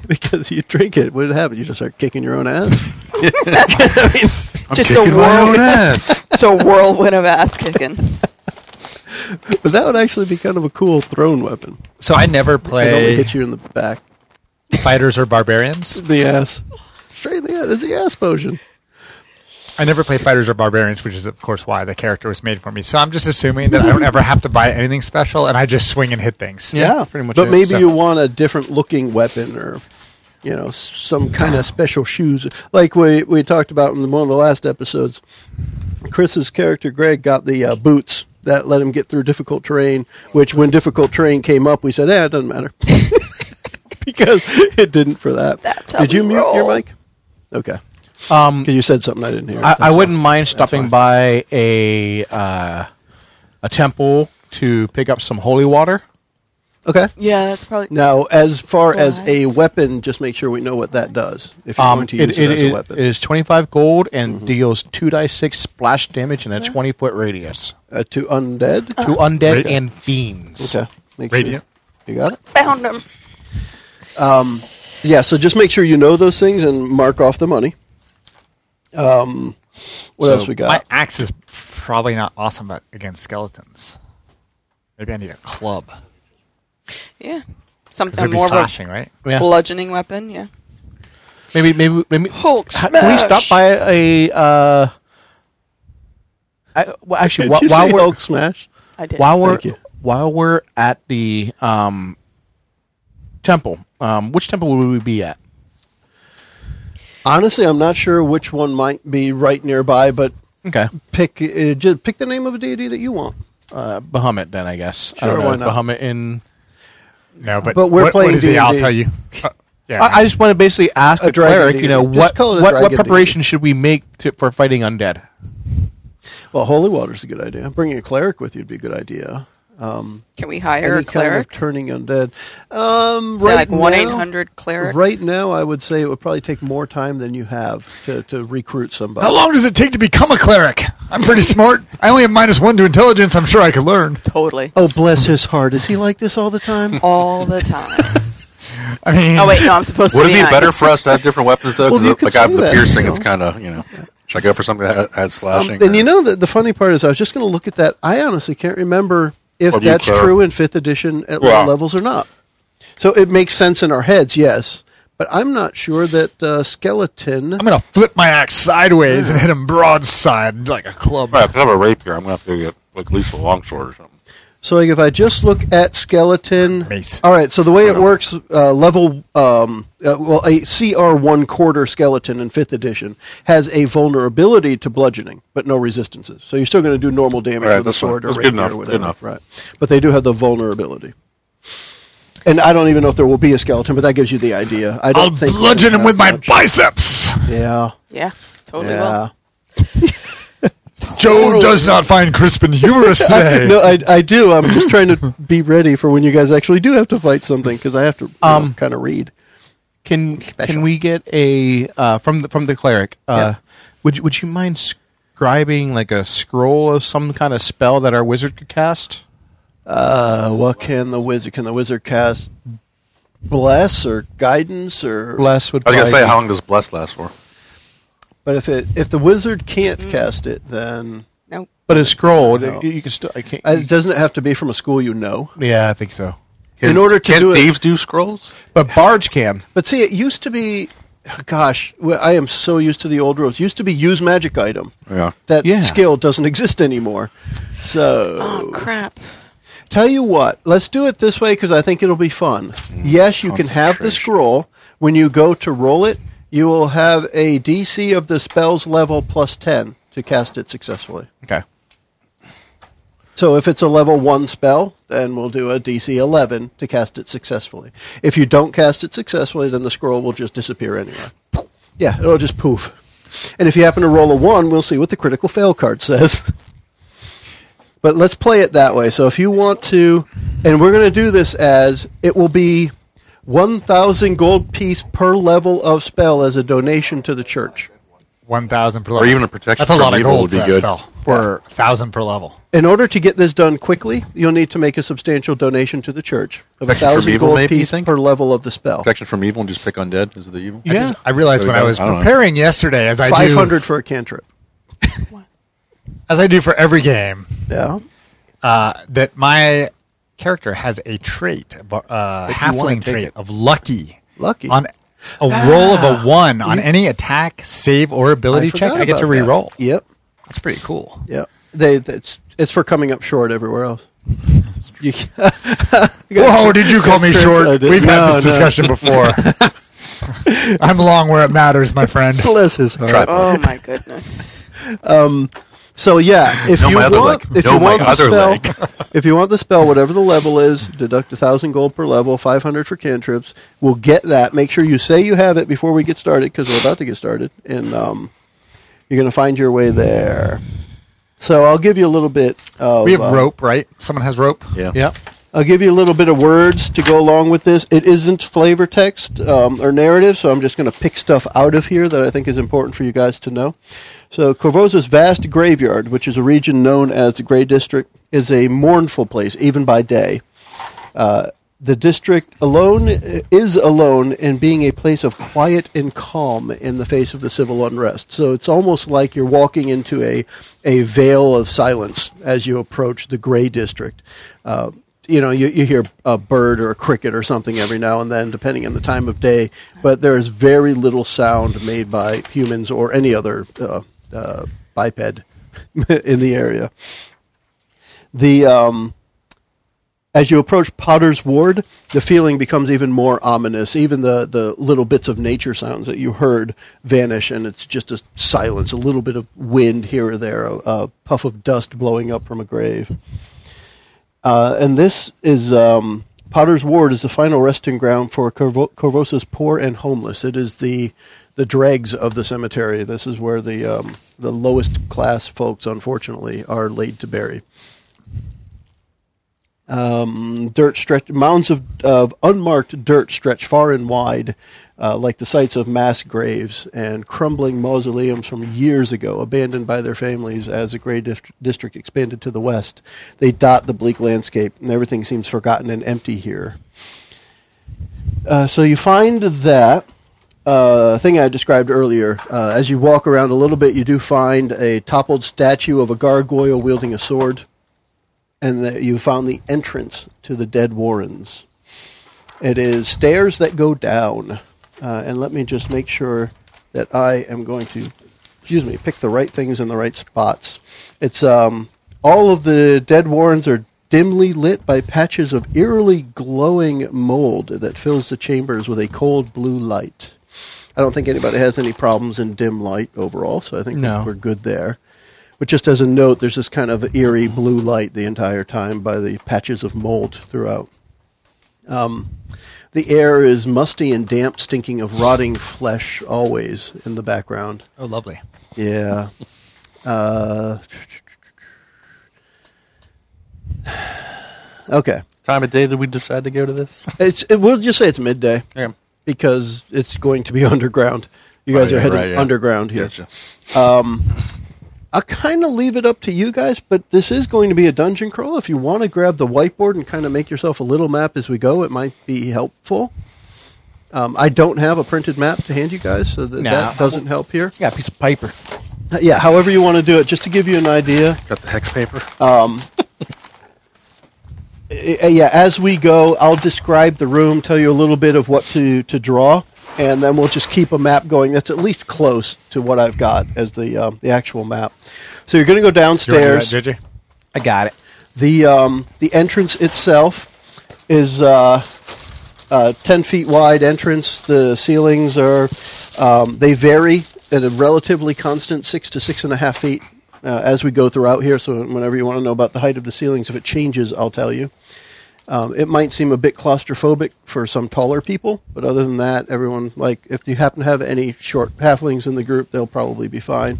B: because you drink it, what would happen? You just start kicking your own
F: (laughs)
B: ass.
C: Just a
E: Kicking my own
C: whirl,
E: ass.
C: it's a whirlwind of ass kicking.
B: but that would actually be kind of a cool thrown weapon.
F: So I never
B: It only
F: play
B: hit you in the back,
F: fighters or barbarians.
B: the ass, straight in the ass. It's the ass potion.
F: I never play fighters or barbarians, which is of course why the character was made for me. So I'm just assuming that I don't ever have to buy anything special, and I just swing and hit things.
B: Yeah,
D: pretty much
B: But
D: it.
B: maybe
D: So-
B: you want a different looking weapon or, you know, s- some kind of special shoes, like we we talked about in one of the last episodes. Chris's character Greg got the uh, boots that let him get through difficult terrain. Which, when difficult terrain came up, we said, "Eh, it doesn't
D: (laughs)
B: matter," because it didn't for that.
C: That's how
B: Did you
C: we
B: mute your
C: roll.
B: mic? Okay,
D: Um,
B: 'Cause you said something I didn't hear.
D: I, I
B: That's
D: wouldn't mind stopping by a uh, a temple to pick up some holy water.
B: all. Okay.
C: Yeah, that's probably.
B: Now, as far as
C: Nice.
B: a weapon, just make sure we know what that does. If you're
D: Um,
B: going to use it, as a weapon, Mm-hmm.
D: it is twenty five gold and deals two die six splash damage in a twenty foot radius
B: uh, to undead.
D: to undead
F: Radi-
D: and fiends.
B: Okay. Make
F: Radiant.
B: Sure. You got it?
C: Found him.
B: Yeah, so just make sure you know those things and mark off the money. Um, what else we
F: My
B: got?
F: axe is probably not awesome at- against skeletons. Maybe I need a club.
C: Yeah.
F: Because they'd
C: Something
F: be
C: more of a
F: slashing, right?
D: Yeah.
C: bludgeoning weapon, yeah.
D: Maybe maybe maybe.
C: Hulk
D: Ha- Can we stop
C: smash!
D: by a? Uh, I, well, actually, wh- while we're
B: Hulk smash?
C: I did.
D: while we're
B: Thank you.
D: while we're at the um, temple, um, which temple would we be at?
B: Honestly, I'm not sure which one might be right nearby, but
D: Okay.
B: pick uh, just pick the name of a deity that you want.
D: Uh, Bahamut, then, I guess. I
B: Sure,
D: don't know.
B: why
D: is
B: not?
D: Bahamut in.
F: No, but,
B: But we're
F: what,
B: playing
F: what is he? I'll
B: D&D.
F: tell you. Uh, yeah,
D: I, I just want to basically ask
B: A
D: a
B: dragon
D: cleric,
B: deity.
D: you know,
B: Just
D: what
B: call it a
D: what, what
B: dragon
D: preparation should we make to, for fighting undead?
B: Well, holy water's a good idea. Bringing a cleric with you would be a good idea. Um,
C: Can we hire
B: any
C: a cleric?
B: kind of turning undead. Um,
C: Is it
B: right
C: like one eight
B: now-
C: hundred cleric?
B: Right now, I would say it would probably take more time than you have to, to recruit somebody.
F: How long does it take to become a cleric? I'm pretty smart. I only have minus one to intelligence. I'm sure I could learn.
C: Totally.
B: Oh, bless his heart. Is he like this all the time? (laughs)
C: All the time.
F: I mean,
C: oh wait, no, I'm supposed
E: Would
C: to
E: it
C: be
E: be
C: nice.
E: better for us to have different weapons though?
B: Well,
E: Because
B: you could
E: like I have
B: say
E: the
B: that,
E: piercing,
B: you
E: it's
B: know.
E: kind of you know. Should I go for something that has
B: Um,
E: slashing?
B: and you
E: or-
B: know that the funny part is, I was just going to look at that. I honestly can't remember if
E: Or do you
B: that's
E: care?
B: true in fifth edition at low
E: Yeah.
B: levels or not. So it makes sense in our heads, yes. But I'm not sure that uh, skeleton.
F: I'm gonna flip my axe
B: Hmm.
F: sideways and hit him broadside like a club.
E: Right, if I have a rapier, I'm gonna have to get like at least a longsword or something.
B: So like if I just look at skeleton,
F: Mace.
B: all right. So the way it
E: Hold on.
B: works, uh, level um, uh, well, a CR one quarter skeleton in fifth edition has a vulnerability to bludgeoning, but no resistances. So you're still going to do normal damage
E: All right,
B: with a
E: that's fine.
B: sword or
E: That's
B: rapier
E: good enough,
B: or
E: good
B: whatever,
E: enough.
B: right? But they do have the vulnerability. And I don't even know if there will be a skeleton, but that gives you the idea. I don't
F: I'll
B: think
F: bludgeon him with my
B: much.
F: biceps.
B: yeah,
C: Yeah, totally
B: yeah.
C: will.
B: (laughs)
F: Joe does not find Crispin humorous today.
B: No, I, I do. I'm just trying
D: (laughs)
B: to be ready for when you guys actually do have to fight something because I have to
D: Um,
B: kind of read.
D: Can
B: Special.
D: can we get a uh, from the from the cleric?
B: Yeah.
D: Uh, Would you, would you mind scribing like a scroll of some kind of spell that our wizard could cast?
B: Uh, what can the wizard? Can the wizard cast bless or guidance or?
D: Bless would.
E: I was gonna
D: probably
E: say,
D: be-
E: how long does bless last for?
B: But if it if the wizard can't cast it, then
C: Nope.
D: But a scroll,
B: No.
D: you, you can still. I can't.
B: uh, doesn't it have to be from a school you know?
D: yeah, I think so.
B: In order to
E: can
B: do it-
E: thieves do scrolls?
D: But bards can.
B: But see, it used to be. Gosh, well, I am so used to the old rules. Used to be use magic item.
E: Yeah.
B: That
D: Yeah.
B: skill doesn't (laughs) exist anymore. So
C: Oh crap!
B: Tell you what, let's do it this way because I think it'll be fun. yes, you can have the
E: concentration.
B: scroll. When you go to roll it, you will have a DC of the spell's level plus 10 to cast it successfully.
D: Okay.
B: So if it's a level 1 spell, then we'll do a DC 11 to cast it successfully. If you don't cast it successfully, then the scroll will just disappear anyway. Yeah, it'll just poof. And if you happen to roll a 1, we'll see what the critical fail card says. (laughs) but let's play it that way. So if you want to, and we're going to do this as it will be 1,000 gold piece per level of spell as a donation to the church.
F: One thousand per
E: Or
F: level,
E: even a protection
F: That's a
E: from
F: lot of
E: evil
F: gold
E: would
F: for
E: be
F: that
E: good.
F: spell. For a thousand per level.
B: In order to get this done quickly, you'll need to make a substantial donation to the church of a
E: Protection from
B: thousand
E: evil,
B: gold
E: maybe, you
B: piece
E: think?
B: per level of the spell.
E: Protection from evil and just pick undead is the evil.
D: Yeah.
F: I, just- I realized
E: Really
F: when I
E: bad.
F: was
E: I don't know.
F: preparing yesterday, as I
B: Five
F: do,
B: hundred for a cantrip.
F: as I do for every game,
B: Yeah.
F: uh, that my character has a trait, a bu- uh, halfling trait of lucky.
B: Lucky.
F: On a roll of a one on any attack, save, or ability check,
B: forgot
F: I get to
B: about that.
F: re-roll.
B: Yep.
F: That's pretty cool.
B: Yep. They that's it's for coming up short everywhere
F: (laughs)
B: else. You, You guys-
F: Whoa, did you
B: (laughs)
F: call me
B: Chris,
F: short?
B: I did-
F: We've
B: no,
F: had this
B: no. (laughs)
F: discussion before. I'm long where it matters, my friend.
B: Bless his heart.
C: Oh my
B: (laughs)
C: goodness.
B: So
E: (laughs)
B: yeah, if
E: No,
B: you
E: my other
B: want,
E: leg.
B: if
E: No,
B: you
E: my
B: want the
E: other (laughs)
B: spell, if you want the spell, whatever the level is, deduct a thousand gold per level, five hundred for cantrips. We'll get that. Make sure you say you have it before we get started because we're about to get started, and um, you're going to find your way there. So I'll give you a little bit. Of,
F: We have
B: uh,
F: rope, right? Someone has rope.
E: Yeah.
D: Yep.
B: I'll give you a little bit of words to go along with this. It isn't flavor text um, or narrative, so I'm just going to pick stuff out of here that I think is important for you guys to know. So, Corvosa's vast graveyard, which is a region known as the Gray District, is a mournful place, even by day. Uh, the district alone is alone in being a place of quiet and calm in the face of the civil unrest. So it's almost like you're walking into a, a veil of silence as you approach the gray district. Uh, you know, you, you hear a bird or a cricket or something every now and then, depending on the time of day, but there is very little sound made by humans or any other uh, uh, (laughs) biped in the area. The. Um, As you approach Potter's Ward, the feeling becomes even more ominous. Even the, the little bits of nature sounds that you heard vanish, and it's just a silence, a little bit of wind here or there, a, a puff of dust blowing up from a grave. Uh, and this is um, Potter's Ward is the final resting ground for Corvo- Corvosa's poor and homeless. It is the the dregs of the cemetery. This is where the um, the lowest class folks, unfortunately, are laid to bury. Um, dirt stretch mounds of, of unmarked dirt stretch far and wide, uh, like the sites of mass graves and crumbling mausoleums from years ago, abandoned by their families as the gray dif- district expanded to the west. They dot the bleak landscape, and everything seems forgotten and empty here. Uh, so you find that uh, thing I described earlier. Uh, as you walk around a little bit, you do find a toppled statue of a gargoyle wielding a sword, and that you found the entrance to the dead warrens. It is stairs that go down, uh, and let me just make sure that I am going to, excuse me, pick the right things in the right spots. It's um, all of the dead warrens are dimly lit by patches of eerily glowing mold that fills the chambers with a cold blue light. I don't think anybody has any problems in dim light overall, so I think
D: No.
B: we're good there. But just as a note, there's this kind of eerie blue light the entire time by the patches of mold throughout. The air is musty and damp, stinking of rotting flesh always in the background.
F: Oh, lovely.
B: Yeah. (laughs) Uh, okay.
E: Time of day did we decide to go to this? (laughs)
B: It's it, we'll just say it's midday
E: Yeah.
B: because it's going to be (laughs) underground. You guys
E: Right,
B: are heading
E: right, Oh, yeah.
B: underground here.
E: Gotcha.
B: I'll kind of leave it up to you guys, but this is going to be a dungeon crawl. If you want to grab the whiteboard and kind of make yourself a little map as we go, it might be helpful. Um, I don't have a printed map to hand you guys, so that,
D: Nah.
B: that doesn't help here.
D: Yeah, piece of paper.
B: Uh, Yeah, however you want to do it, just to give you an idea.
E: Got the hex paper.
B: Uh, I- I- yeah, as we go, I'll describe the room, tell you a little bit of what to, to draw, and then we'll just keep a map going that's at least close to what I've got as the, um, the actual map. So you're going to go downstairs.
F: JJ?
D: I got it.
B: The um, the entrance itself is uh, uh, ten feet wide entrance. The ceilings are um, they vary at a relatively constant six to six and a half feet uh, as we go throughout here. So whenever you want to know about the height of the ceilings, if it changes, I'll tell you. Um, it might seem a bit claustrophobic for some taller people, but other than that, everyone like if you happen to have any short halflings in the group, they'll probably be fine.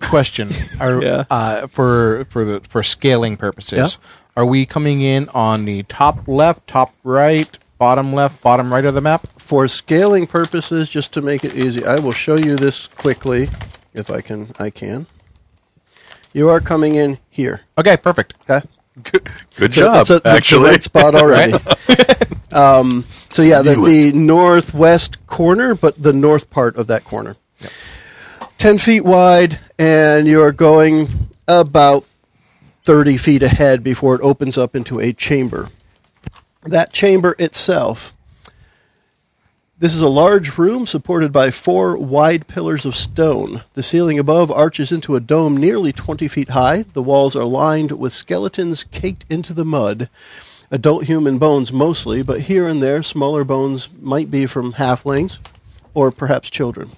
B: (laughs)
D: question: Are
B: Yeah.
D: uh, for for the for scaling purposes?
B: Yeah.
D: Are we coming in on the top left, top right, bottom left, bottom right of the map?
B: for scaling purposes, just to make it easy, I will show you this quickly if I can. I can. You are coming in here.
D: Okay, perfect.
B: Okay.
E: Good, good
B: So
E: job.
B: that's a- that's the
E: actually,
B: right spot already. um, (laughs) so yeah, the,
E: Knew
B: the northwest corner, but the north part of that corner, ten feet wide, and you are going about thirty feet ahead before it opens up into a chamber. That chamber itself. This is a large room supported by four wide pillars of stone. The ceiling above arches into a dome nearly 20 feet high. The walls are lined with skeletons caked into the mud. Adult human bones mostly, but here and there smaller bones might be from halflings or perhaps children.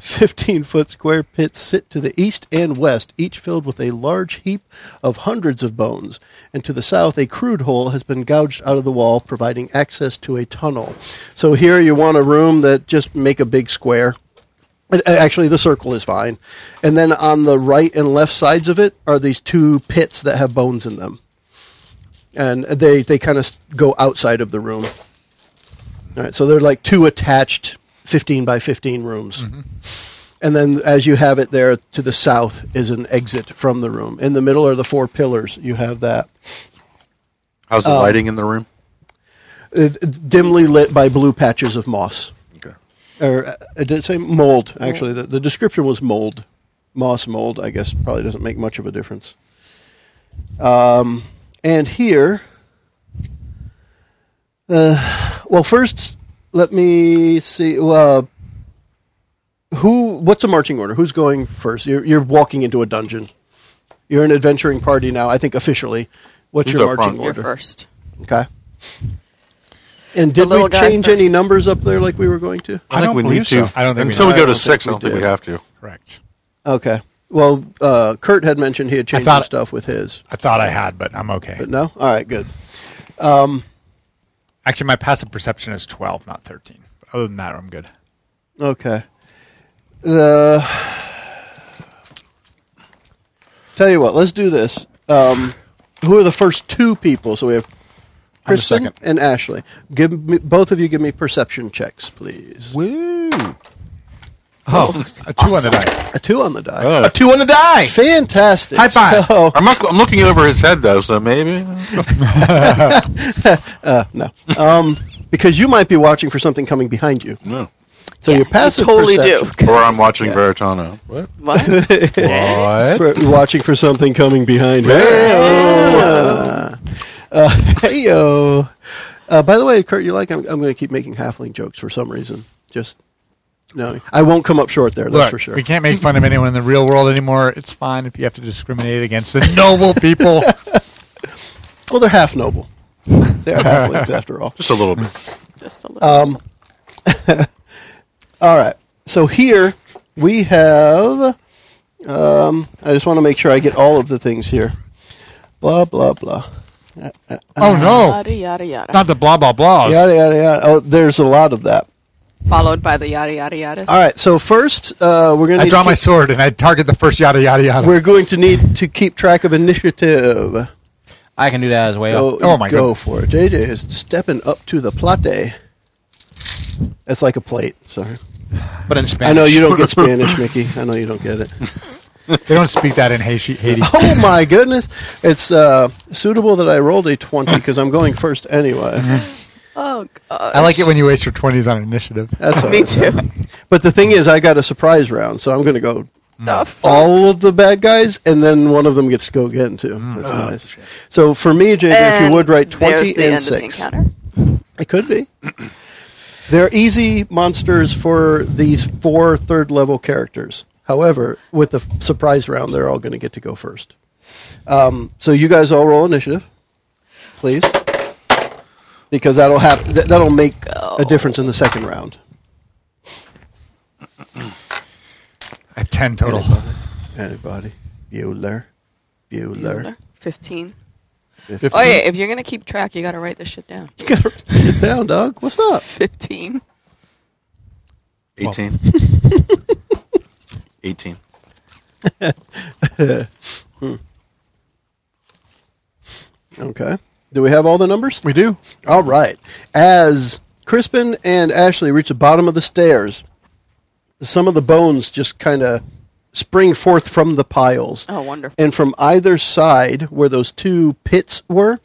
B: 15 foot square pits sit to the east and west, each filled with a large heap of hundreds of bones. And to the south, a crude hole has been gouged out of the wall, providing access to a tunnel. So here you want a room that just make a big square. And, uh, Actually, the circle is fine. And then on the right and left sides of it are these two pits that have bones in them. And they, they kind of go outside of the room. All right, so they're like two attached 15 by 15 rooms. And then, as you have it there to the south, is an exit from the room. In the middle are the four pillars. You have that
E: (laughs) How's
B: Um,
E: the lighting in the room?
B: Uh, dimly lit by blue patches of moss.
E: Okay.
B: Or uh, did it say mold? Actually, the, the description was mold. Moss mold, I guess, probably doesn't make much of a difference. Um, and here, uh, well, first, let me see. Uh, who? What's the marching order? Who's going first? You're, you're walking into a dungeon. You're an adventuring party now. I think officially. What's
E: He's
B: your
E: up
B: marching
E: front.
C: You're
B: order?
C: first.
B: Okay. And did we
C: little guy
B: change any
C: first.
B: numbers up there like we were going to?
E: I, don't think we need to.
F: I don't think
E: Until we,
F: we need to.
E: go
B: I
E: to
B: don't
E: six,
B: think
E: I don't
B: we
E: think we
B: do.
E: have to.
F: Correct.
B: Okay. Well, uh, Kurt had mentioned he had changed
F: thought-
B: some stuff with his,
F: I thought I had, but I'm okay.
B: but no. All right, good.
F: Actually, my passive perception is 12, not 13. Other than that, I'm good.
B: Okay. The tell you what, let's do this. Um, who are the first two people? So we have
F: I'm the
B: Kristen
F: second.
B: and Ashley. Give me, both of you give me perception checks, please.
D: Woo!
F: Oh, a two on the die.
B: A two on the die.
E: Oh.
D: A two on the die.
B: Fantastic.
F: High five.
B: So,
E: I'm, not, I'm looking over his head though, so maybe
B: no. Um, because you might be watching for something coming behind you.
E: no.
B: So your passive
C: totally
B: perception. Uh,
C: do.
E: Or I'm watching Veritano. What?
B: (laughs)
C: What?
D: What?
B: For- you're watching for something coming behind you. Uh,
E: (laughs)
B: uh, heyo. Uh, by the way, Kurt, you like? I'm, I'm going to keep making halfling jokes for some reason. Just no, I won't come up short there. That's
F: Look,
B: for sure.
F: we can't make fun of anyone in the real world anymore. It's fine if you have to discriminate against the (laughs) noble
B: (laughs)
F: people.
B: Well, they're half noble. They're
E: (laughs)
B: halflings after all. Um,
E: Just a little (laughs) bit.
C: Just a little.
B: (laughs) All right. So here we have. Um, I just want to make sure I get all of the things here. Blah blah blah.
F: oh, no.
C: yada yada yada.
F: Not the blah, blah, blahs.
B: Yada yada yada. Oh, there's a lot of that.
C: Followed by the yada yada yada.
B: All right. So first, uh, we're going
F: I
B: to
F: draw my sword and I target the first yada, yada, yada.
B: We're going to need to keep track of initiative.
D: I can do that as well.
B: Go,
F: Oh, my
B: go
F: goodness.
B: for it. JJ is stepping up to the plate. That's like a plate. Sorry.
D: But in Spanish.
B: I know you don't get
F: (laughs)
B: Spanish, Mickey. I know you don't get it.
F: They don't speak that in Haiti. Haiti.
B: (laughs) Oh my goodness! It's uh, suitable that I rolled a twenty because I'm going first
F: (laughs)
B: anyway.
C: Oh god.
F: I like it when you waste your 20s on initiative.
B: That's all
C: Me
B: right.
C: too.
B: But the thing is, I got a surprise round, so I'm going to go
C: The fuck?
B: all of the bad guys, and then one of them gets to go again too. Hmm. Oh, That's nice. So for me, JJ, if
C: And
B: you would write
C: there's
B: twenty
C: the
B: and
C: end of the
B: six.
C: encounter.
B: It could be. (clears throat) They're easy monsters for these four third level characters. However, with the f- surprise round, they're all going to get to go first. Um, so you guys all roll initiative, please, because that'll happen. Th- that'll make a difference in the second round.
F: I have 10 total.
B: Anybody? Bueller. Bueller.
C: Fifteen.
D: Fifteen.
B: Mm-hmm.
C: Oh yeah, if you're gonna keep track, you gotta write this shit down. (laughs)
B: You (laughs) gotta sit down, dog. What's up?
C: Fifteen.
E: (laughs) 18. 18.
B: Okay. Do we have all the numbers?
D: We do.
B: All right. As Crispin and Ashley reach the bottom of the stairs, some of the bones just kind of spring forth from the piles.
C: Oh, wonderful.
B: And from either side, where those two pits were,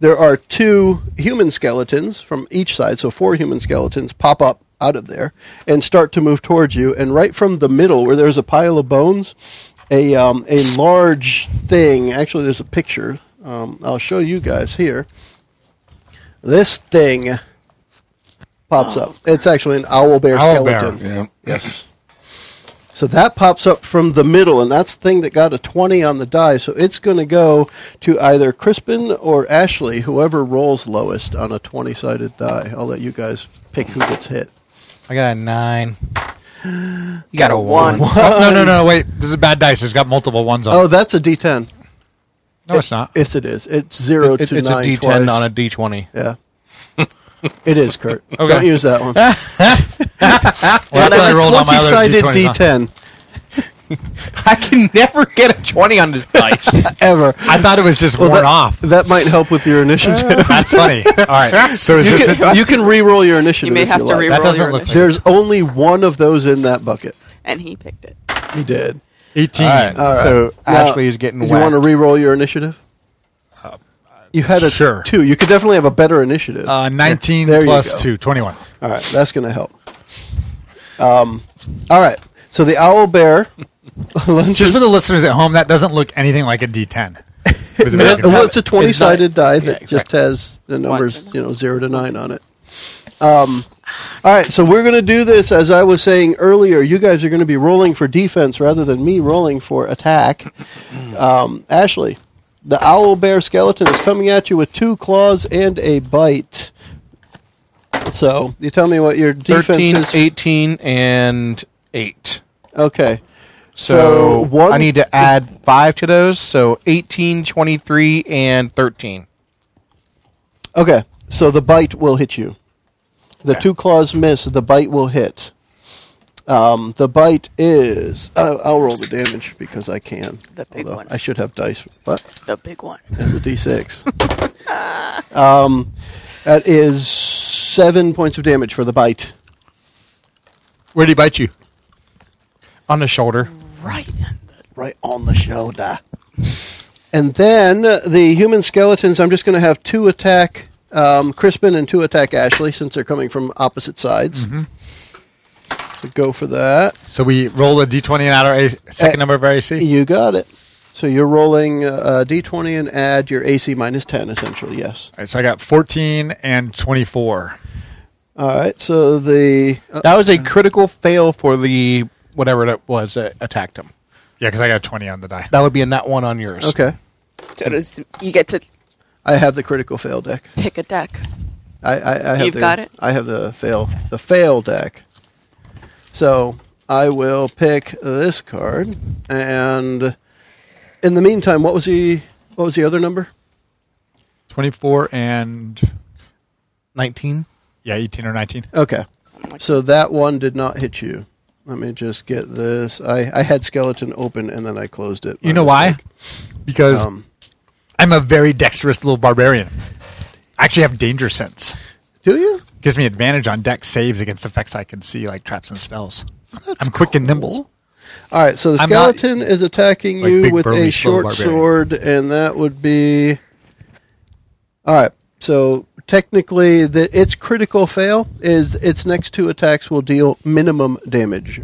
B: there are two human skeletons from each side. So, four human skeletons pop up out of there and start to move towards you. And right from the middle, where there's a pile of bones, a, um, a large thing. Actually, there's a picture. Um, I'll show you guys here this thing pops up. It's actually an owl bear
F: Owl bear,
B: skeleton.
E: Yeah.
B: Yes. So that pops up from the middle, and that's the thing that got a 20 on the die. So it's going to go to either Crispin or Ashley, whoever rolls lowest on a 20 sided die. I'll let you guys pick who gets hit.
D: I got a nine. You got a
C: one.
D: one.
F: Oh, no, no, no, wait.
B: (laughs)
F: This is a bad dice. It's got multiple ones on
B: Oh,
F: it.
B: that's a d10.
F: No, it's not.
B: Yes, it is. It's 0
D: It-
B: to
D: it's a
B: 9.
D: D10
B: twice.
D: on a D20.
F: (laughs)
B: Yeah. it is, Kurt.
F: Okay.
B: Don't use
F: (laughs)
B: that one.
F: Well, that's what I rolled on my
B: 20
F: other
B: sided
F: D20, huh?
B: d10
D: (laughs) I can never get a 20
B: (laughs)
D: on this dice.
B: ever.
F: I thought it was just
B: Well,
F: worn
B: that, (laughs)
F: off.
B: That might help with your
C: (laughs)
B: initiative. (laughs)
F: That's funny. All right. So is
B: you,
F: this
B: can, you can re-roll your initiative.
C: You may
B: if
C: have to
B: like.
C: reroll
F: doesn't
C: your
F: look
C: initiative.
B: There's only one of those in that bucket.
C: and he picked it.
B: He did.
F: 18?
B: All right.
D: So
B: Now,
D: Ashley is getting
B: You
D: whacked.
B: want to re-roll your initiative? You had a
F: Uh, sure.
B: two. You could definitely have a better initiative.
F: Uh, 19
B: There you
F: plus
B: go.
F: 2, 21.
B: all right, that's going to help. Um, all right. So the owl bear (laughs) lunges.
F: Just for the listeners at home, that doesn't look anything like
B: (laughs)
F: a D10. It was a very
B: well,
F: good-
B: it's a twenty-sided die that just has the
C: One
B: numbers,
C: to nine.
B: you know, zero to nine on it. Um, all right, so we're going to do this as I was saying earlier. You guys are going to be rolling for defense rather than me rolling for attack. Um, Ashley, The owl bear skeleton is coming at you with two claws and a bite. So you tell me what your defense
D: 13,
B: is.
D: 18, and 8.
B: Okay.
D: So,
B: one,
D: I need to add 5 to those. So 18, 23, and 13.
B: Okay. So the bite will hit you. The two claws miss. The bite will hit. Um, the bite is. Uh, I'll roll the damage because I can.
C: The big
B: although
C: one.
B: I should have dice, but
C: The big one.
B: it's a
C: (laughs)
B: d6. um, that is seven points of damage for the bite.
F: Where'd he bite you?
D: On the shoulder.
C: Right.
B: right on the shoulder. And then uh, the human skeletons, I'm just going to have two attack um, Crispin and two attack Ashley since they're coming from opposite sides. So go for that.
F: So we roll a d20 and add our a- second
B: Uh,
F: number of our AC.
B: You got it. So you're rolling uh, a d20 and add your AC minus 10, essentially, yes.
F: All right, so I got 14 and 24.
B: All right, so the. Uh,
D: That was a critical fail for the whatever that was that attacked him.
F: Yeah, because I got a 20 on the die.
D: That would be a not one on yours.
B: okay.
C: So does, you get to
B: I have the critical fail deck.
C: pick a deck.
B: I, I, I have
C: You've
B: the,
C: got it?
B: I have the fail the fail deck. So I will pick this card, and in the meantime, what was the what was the other number?
F: 24 and
D: 19.
F: yeah, 18 or 19.
B: Okay, so that one did not hit you. Let me just get this. I, I had skeleton open and then I closed it.
F: You know
B: My
F: why?
B: mistake.
F: Because
B: Um,
F: I'm a very dexterous little barbarian. I actually have danger sense.
B: do you?
F: Gives me advantage on deck saves against effects I can see, like traps and spells. I'm quick and nimble.
B: All right, so the
F: I'm not-
B: skeleton is attacking
F: Like
B: you
F: big,
B: with
F: burly,
B: a
F: slow
B: short
F: barbarian.
B: sword, and that would be. All right, so technically, the, its critical fail is its next two attacks will deal minimum damage.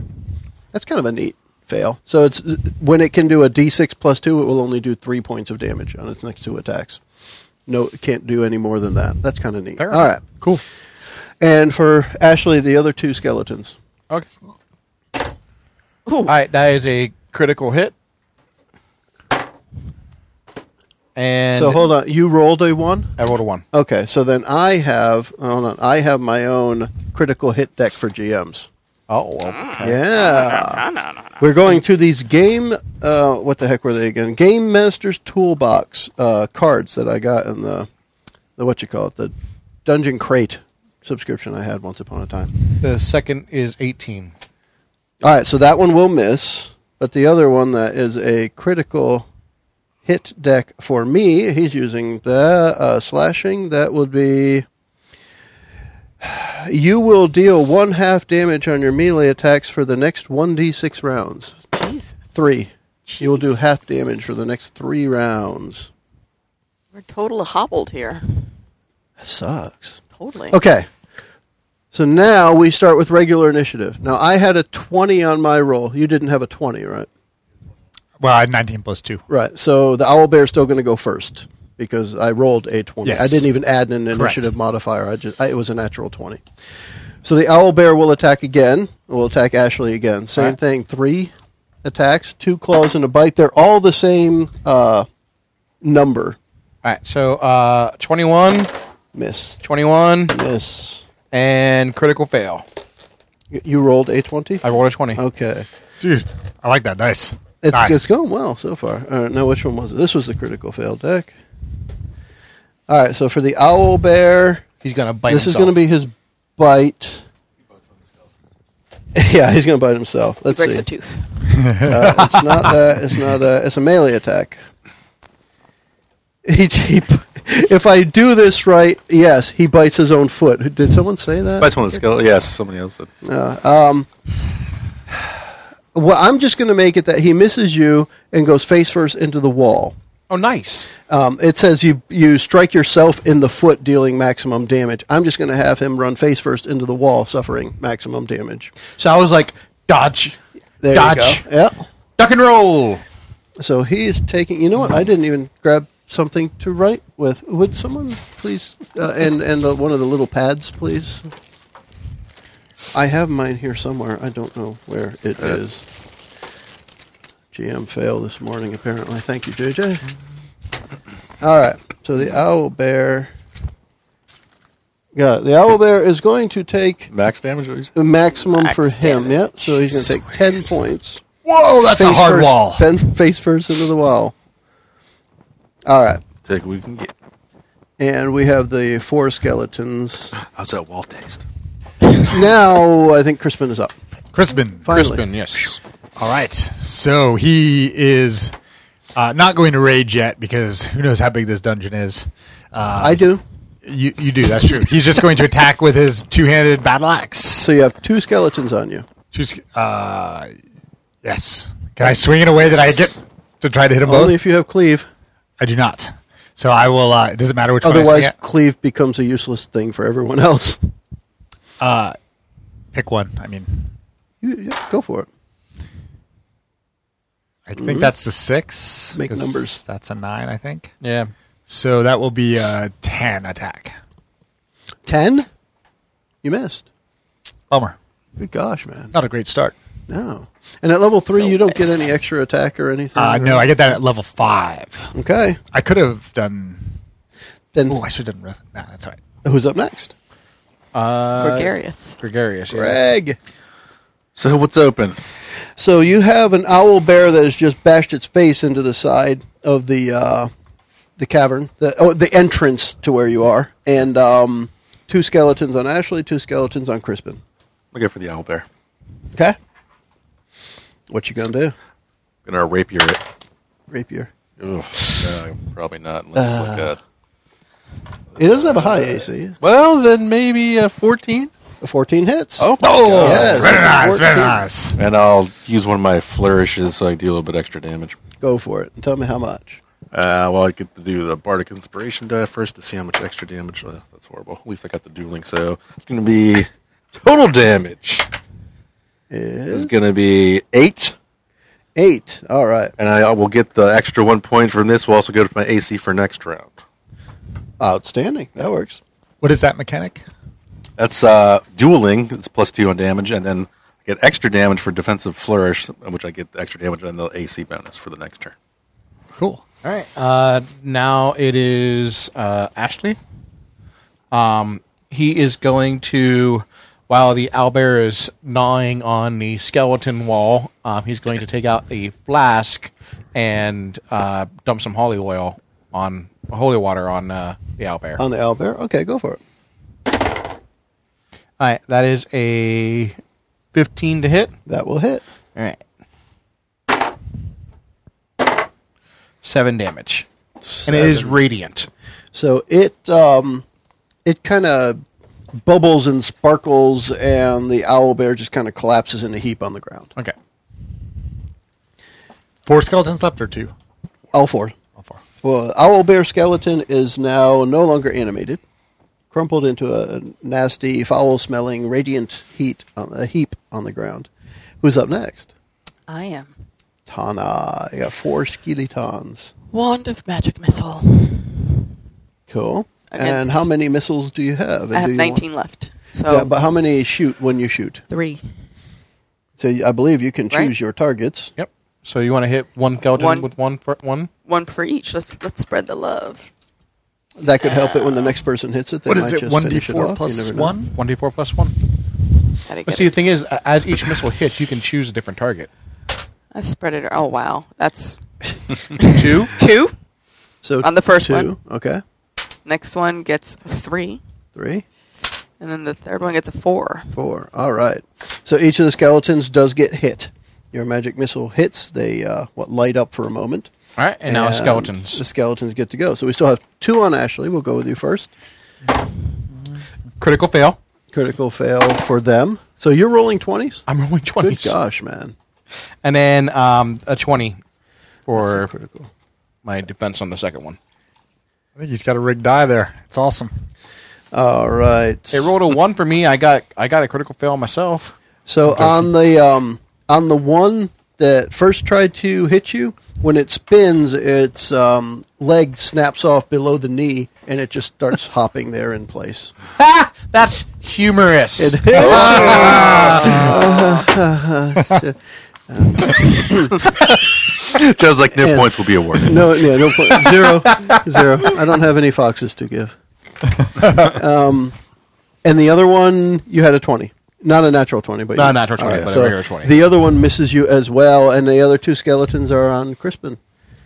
B: That's kind of a neat fail. So it's when it can do a d6 plus two, it will only do three points of damage on its next two attacks. No, it can't do any more than that. That's kind of neat.
D: Fair
B: All right,
D: enough.
F: Cool.
B: and for Ashley, the other two skeletons.
D: Okay. All right, that is a critical hit. And
B: so hold on, you rolled a one.
D: I rolled a one.
B: Okay, so then I have hold on, I have my own critical hit deck for GMs.
D: Oh, okay.
B: Yeah, we're going to these game. Uh, what the heck were they again? Game Master's Toolbox uh, cards that I got in the the what you call it the Dungeon Crate subscription I had once upon a time.
D: The second is 18.
B: All right, so that one will miss, but the other one that is a critical hit deck for me, he's using the uh, slashing. That would be. (sighs) You will deal one half damage on your melee attacks for the next 1d6 rounds.
C: Jesus.
B: Three. You will do half damage for the next three rounds.
C: We're totally hobbled here.
B: That sucks.
C: Totally.
B: Okay. So now we start with regular initiative. Now, I had a 20 on my roll. You didn't have a 20, right?
F: Well, I had 19 plus 2.
B: Right. So the owl bear is still going to go first because I rolled a twenty.
F: Yes.
B: I didn't even add an initiative modifier. I just I, it was a natural twenty. So the owl bear will attack again. Will attack Ashley again. Same
F: Alright.
B: thing. Three attacks, two claws and a bite. They're all the same uh, number.
D: All right, so uh, 21,
B: Miss.
D: 21,
B: Miss.
D: and critical fail.
B: Y- You rolled a twenty.
D: I rolled a 20.
B: Okay.
F: Dude, I like that dice.
B: It's,
F: Die.
B: it's going well so far. All right, now which one was it? This was the critical fail deck. All right, so for the owl bear,
D: He's going to bite
B: this is going
D: himself.
B: to be his bite. (laughs) Yeah, he's going to bite himself.
C: He
B: Let's
C: breaks
B: see.
C: a tooth.
B: Uh, it's not that. It's not that. It's a melee attack. He, he, if I do this right, yes, he bites his own foot. Did someone say that?
E: That's one of the skills. Yes, somebody else did.
B: Well, I'm just going to make it that he misses you and goes face first into the wall.
D: Oh, nice.
B: Um, it says you you strike yourself in the foot, dealing maximum damage. I'm just going to have him run face first into the wall, suffering maximum damage.
D: So I was like, dodge,
B: There
D: dodge,
B: you go. Yep.
D: duck and roll.
B: So he is taking. You know what? I didn't even grab something to write with. Would someone please uh, and and uh, one of the little pads, please? I have mine here somewhere. I don't know where it is. GM fail this morning, apparently. Thank you, JJ. All right. So the owl bear. Got it. The owl bear is going to take
E: Max damage? what you said?
B: the maximum
C: Max
B: for him.
C: damage.
B: Yep. So he's going to take ten points.
F: Whoa, that's a
B: Face
F: hard
B: first-
F: wall.
B: fen- face first into the wall. All right.
E: Take what we can get.
B: And we have the four skeletons.
E: How's that wall taste?
B: Now I think Crispin is up.
F: Crispin.
B: Finally.
D: Crispin, yes.
F: All right. So he is uh, not going to rage yet because who knows how big this dungeon is. Uh,
B: I do.
F: You, you do. That's true. He's just going to attack with his two-handed battle axe.
B: So you have two skeletons on you.
F: Just, uh, yes. Can I swing in a way that I get to try to hit them
B: Only
F: both?
B: if you have cleave.
F: I do not. So I will. Uh, it doesn't matter which one I
B: Otherwise,
F: swing at.
B: cleave becomes a useless thing for everyone else. (laughs)
F: pick one. I mean,
B: You, yeah, go for it.
F: I think that's the six.
B: Mm-hmm. Make
F: 'cause
B: numbers.
F: That's a nine, I think.
D: Yeah.
F: So that will be a ten attack.
B: Ten. You missed.
F: Bummer.
B: Good gosh, man.
F: Not a great start.
B: No. And at level three,
C: So
B: you don't
C: bad.
B: get any extra attack or anything.
F: Uh, no, I get that at level five.
B: Okay.
F: I could have done.
B: Then
F: Oh, I should have done. Reth- Nah, that's all right.
B: who's up next?
D: Uh,
C: Gregarious.
D: Gregarious. Yeah.
B: Greg.
E: So what's open?
B: So you have an owl bear that has just bashed its face into the side of the uh, the cavern, the, oh, the entrance to where you are, and um, two skeletons on Ashley, two skeletons on Crispin.
E: I go for the owl bear.
B: Okay. What you gonna do?
E: Gonna rapier it.
B: Rapier.
E: Oof, no, probably not unless it's like a
B: It doesn't have a high AC.
E: Well, then maybe a 14.
B: Fourteen hits.
F: Oh,
B: Yes,
F: very nice, very
B: 14.
F: nice.
E: And I'll use one of my flourishes so I do a little bit extra damage.
B: Go for it. And tell me how much.
E: Uh, well, I get to do the Bardic Inspiration die first to see how much extra damage. Uh, that's horrible. At least I got the dueling, so it's going to be total damage. It's
B: Is
E: going to be eight,
B: eight. All right.
E: and I will get the extra one point from this. Will also go to my AC for next round.
B: Outstanding. That works.
F: What is that mechanic?
E: That's uh, dueling. It's plus two on damage, and then I get extra damage for defensive flourish, which I get the extra damage and the AC bonus for the next turn.
F: Cool.
D: All right. Uh, now it is uh, Ashley. Um, he is going to, while the owlbear is gnawing on the skeleton wall, um, he's going to take out a flask and uh, dump some holy oil on holy water on uh, the owlbear.
B: On the owl bear. Okay, go for it.
D: All right, that is a fifteen to hit.
B: That will hit.
D: All right, seven damage, and it is radiant.
B: So it um, it kind of bubbles and sparkles, and the owl bear just kind of collapses in a heap on the ground.
D: Okay.
F: Four skeletons left or two?
B: All four.
F: All four.
B: Well, owl bear skeleton is now no longer animated, crumpled into a nasty, foul-smelling, radiant heat on a heap on the ground. Who's up next?
C: I am.
B: Tana. You got four skeletons.
C: Wand of magic missile.
B: Cool. And
C: Against-
B: how many missiles do you have? And
C: I have
B: do you want-
C: 19 left. So
B: Yeah, but how many shoot when you shoot?
C: three.
B: So I believe you can choose
C: Right.
B: your targets.
D: Yep. So you want to hit one skeleton
C: One.
D: with one fr- one?
C: One for each. Let's let's spread the love.
B: That could help it when the next person hits it. They
F: What
B: might
F: is it?
B: just
F: One d
B: finish it
F: four
B: off. You
F: plus
B: never know.
F: one.
D: One d four plus one.
C: Gotta
D: But
C: get
D: see, the
C: it.
D: thing is, uh, as each missile hits, you can choose a different target.
C: I spread it. Oh wow,
B: (laughs)
C: that's
D: Two.
C: (laughs) two.
B: So
C: On the first
B: two,
C: one.
B: okay,
C: Next one gets a three,
B: three,
C: and then the third one gets a four.
B: four. All right. So each of the skeletons does get hit. Your magic missile hits. They uh, what light up for a moment.
D: All right, and now skeletons.
B: The skeletons get to go. So we still have two on Ashley. We'll go with you first.
D: Critical fail.
B: Critical fail for them. So you're rolling twenties.
D: I'm rolling
B: Good
D: twenties.
B: gosh, man.
D: And then um, a twenty for
B: critical.
D: my defense on the second one.
F: I think he's got a rigged die there. It's awesome.
B: All right.
D: It rolled a one for me. I got I got a critical fail myself.
B: So on the um, on the one that first tried to hit you, when it spins, its um, leg snaps off below the knee, and it just starts (laughs) hopping there in place.
D: Ha! That's humorous.
B: (laughs) Oh.
E: Joe's like, no points will be awarded.
B: (laughs) No, yeah, no point. Zero. Zero. I don't have any foxes to
D: (laughs)
B: give. Um, and the other one, you had a 20. Not a natural 20, but
D: Not
B: you-
D: a natural
B: all
D: 20, but a
B: so
D: regular 20.
B: The other one misses you as well, and the other two skeletons are on Crispin.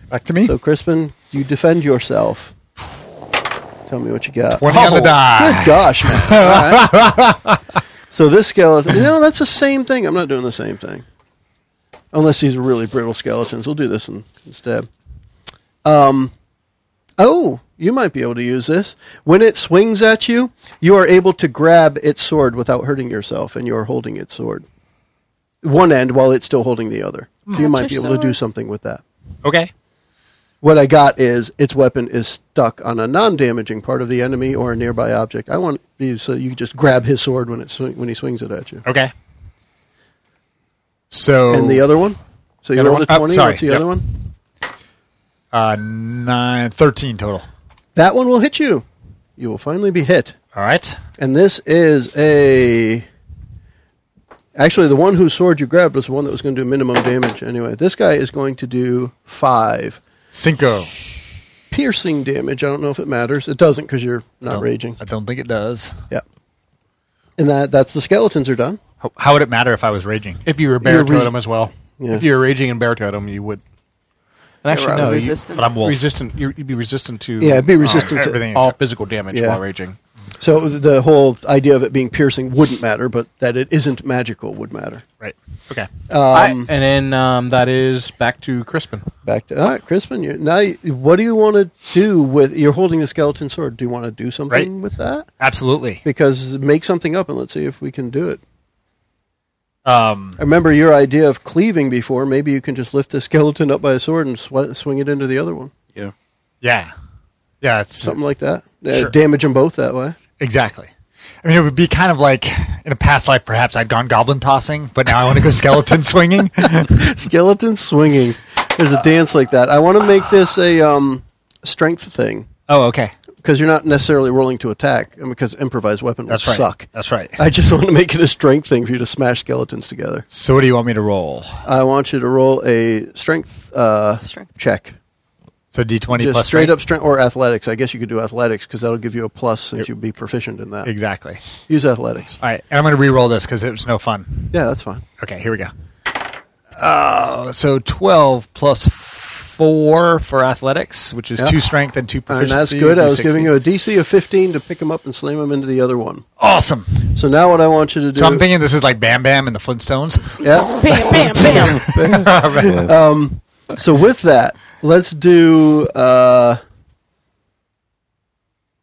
F: Back to me.
B: So, Crispin, you defend yourself. Tell me what you got.
F: 20 on the die.
B: Good gosh,
F: (laughs)
B: man. All right. So this skeleton, you know, that's the same thing. I'm not doing the same thing. Unless these are really brittle skeletons. We'll do this in, instead. Um, oh, you might be able to use this. When it swings at you, you are able to grab its sword without hurting yourself, and you are holding its sword. One end while it's still holding the other. So you might be able to do something with that.
G: Okay.
B: What I got is its weapon is stuck on a non-damaging part of the enemy or a nearby object. I want you so you just grab his sword when it swing, when he swings it at you.
G: Okay.
F: So
B: And the other one. So you
F: other
B: rolled a
F: Oh. one?
B: twenty.
F: Oh, sorry.
B: What's the
F: Yep.
B: other one?
F: uh, nine, 13 total.
B: That one will hit you. You will finally be hit.
G: All right.
B: And this is a. Actually, the one whose sword you grabbed was the one that was going to do minimum damage. Anyway, this guy is going to do five
F: Cinco.
B: piercing damage. I don't know if it matters. It doesn't because you're not
F: Don't-
B: raging.
F: I don't think it does.
B: Yeah. And that that's the skeletons are done.
F: How, how would it matter if I was raging?
D: If you were bear
B: res-
D: totem as well.
B: Yeah.
D: If you were raging and bear totem, you would. And actually,
C: You're
D: no, you-
C: resistant.
G: But I'm wolf.
D: resistant. you would be resistant to.
B: Yeah, it'd be
D: um,
B: resistant to
F: everything
D: all
F: except-
D: physical damage
B: Yeah.
D: while raging.
B: So the whole idea of it being piercing wouldn't matter, but that it isn't magical would matter.
G: Right. Okay.
D: I- and then um, that is back to Crispin.
B: Back to all right, Crispin. You, now, you- what do you want to do with? You're holding the skeleton sword. Do you want to do something
G: Right.
B: with that?
G: Absolutely.
B: Because make something up and let's see if we can do it.
G: Um,
B: I remember your idea of cleaving before. Maybe you can just lift the skeleton up by a sword and sw- swing it into the other one.
E: Yeah.
F: Yeah. Yeah, it's
B: Something like that. Uh,
F: Sure.
B: Damage them both that way.
F: exactly. I mean, it would be kind of like in a past life, perhaps I'd gone goblin tossing, but now
B: (laughs)
F: I want to go skeleton swinging.
B: skeleton swinging. There's a dance like that. I want to make this a um, strength thing.
F: Oh, okay.
B: because you're not necessarily rolling to attack, and because improvised weapon will
F: That's right.
B: suck.
F: That's right.
B: I just (laughs) want to make it a strength thing for you to smash skeletons together.
F: So, what do you want me to roll?
B: I want you to roll a strength, uh,
C: Strength.
B: check,
F: So, d20
B: just
F: plus
B: straight
F: strength?
B: up strength or athletics. I guess you could do athletics because that'll give you a plus since you'd be proficient in that.
F: Exactly.
B: Use athletics.
F: All right. And I'm going to re roll this because it was no fun.
B: Yeah, that's fine.
F: Okay, here we go. Uh, so, 12 plus 4 for athletics, which is
B: Yeah.
F: 2 strength and 2
B: And
F: proficiency.
B: that's good. I was
F: D60.
B: giving you a DC of 15 to pick him up and slam him into the other one.
F: Awesome.
B: So now what I want you to do?
F: So, I'm thinking this is like Bam Bam and the Flintstones.
B: yeah.
C: Bam, bam,
D: (laughs)
C: bam.
B: So with that, let's do. Uh,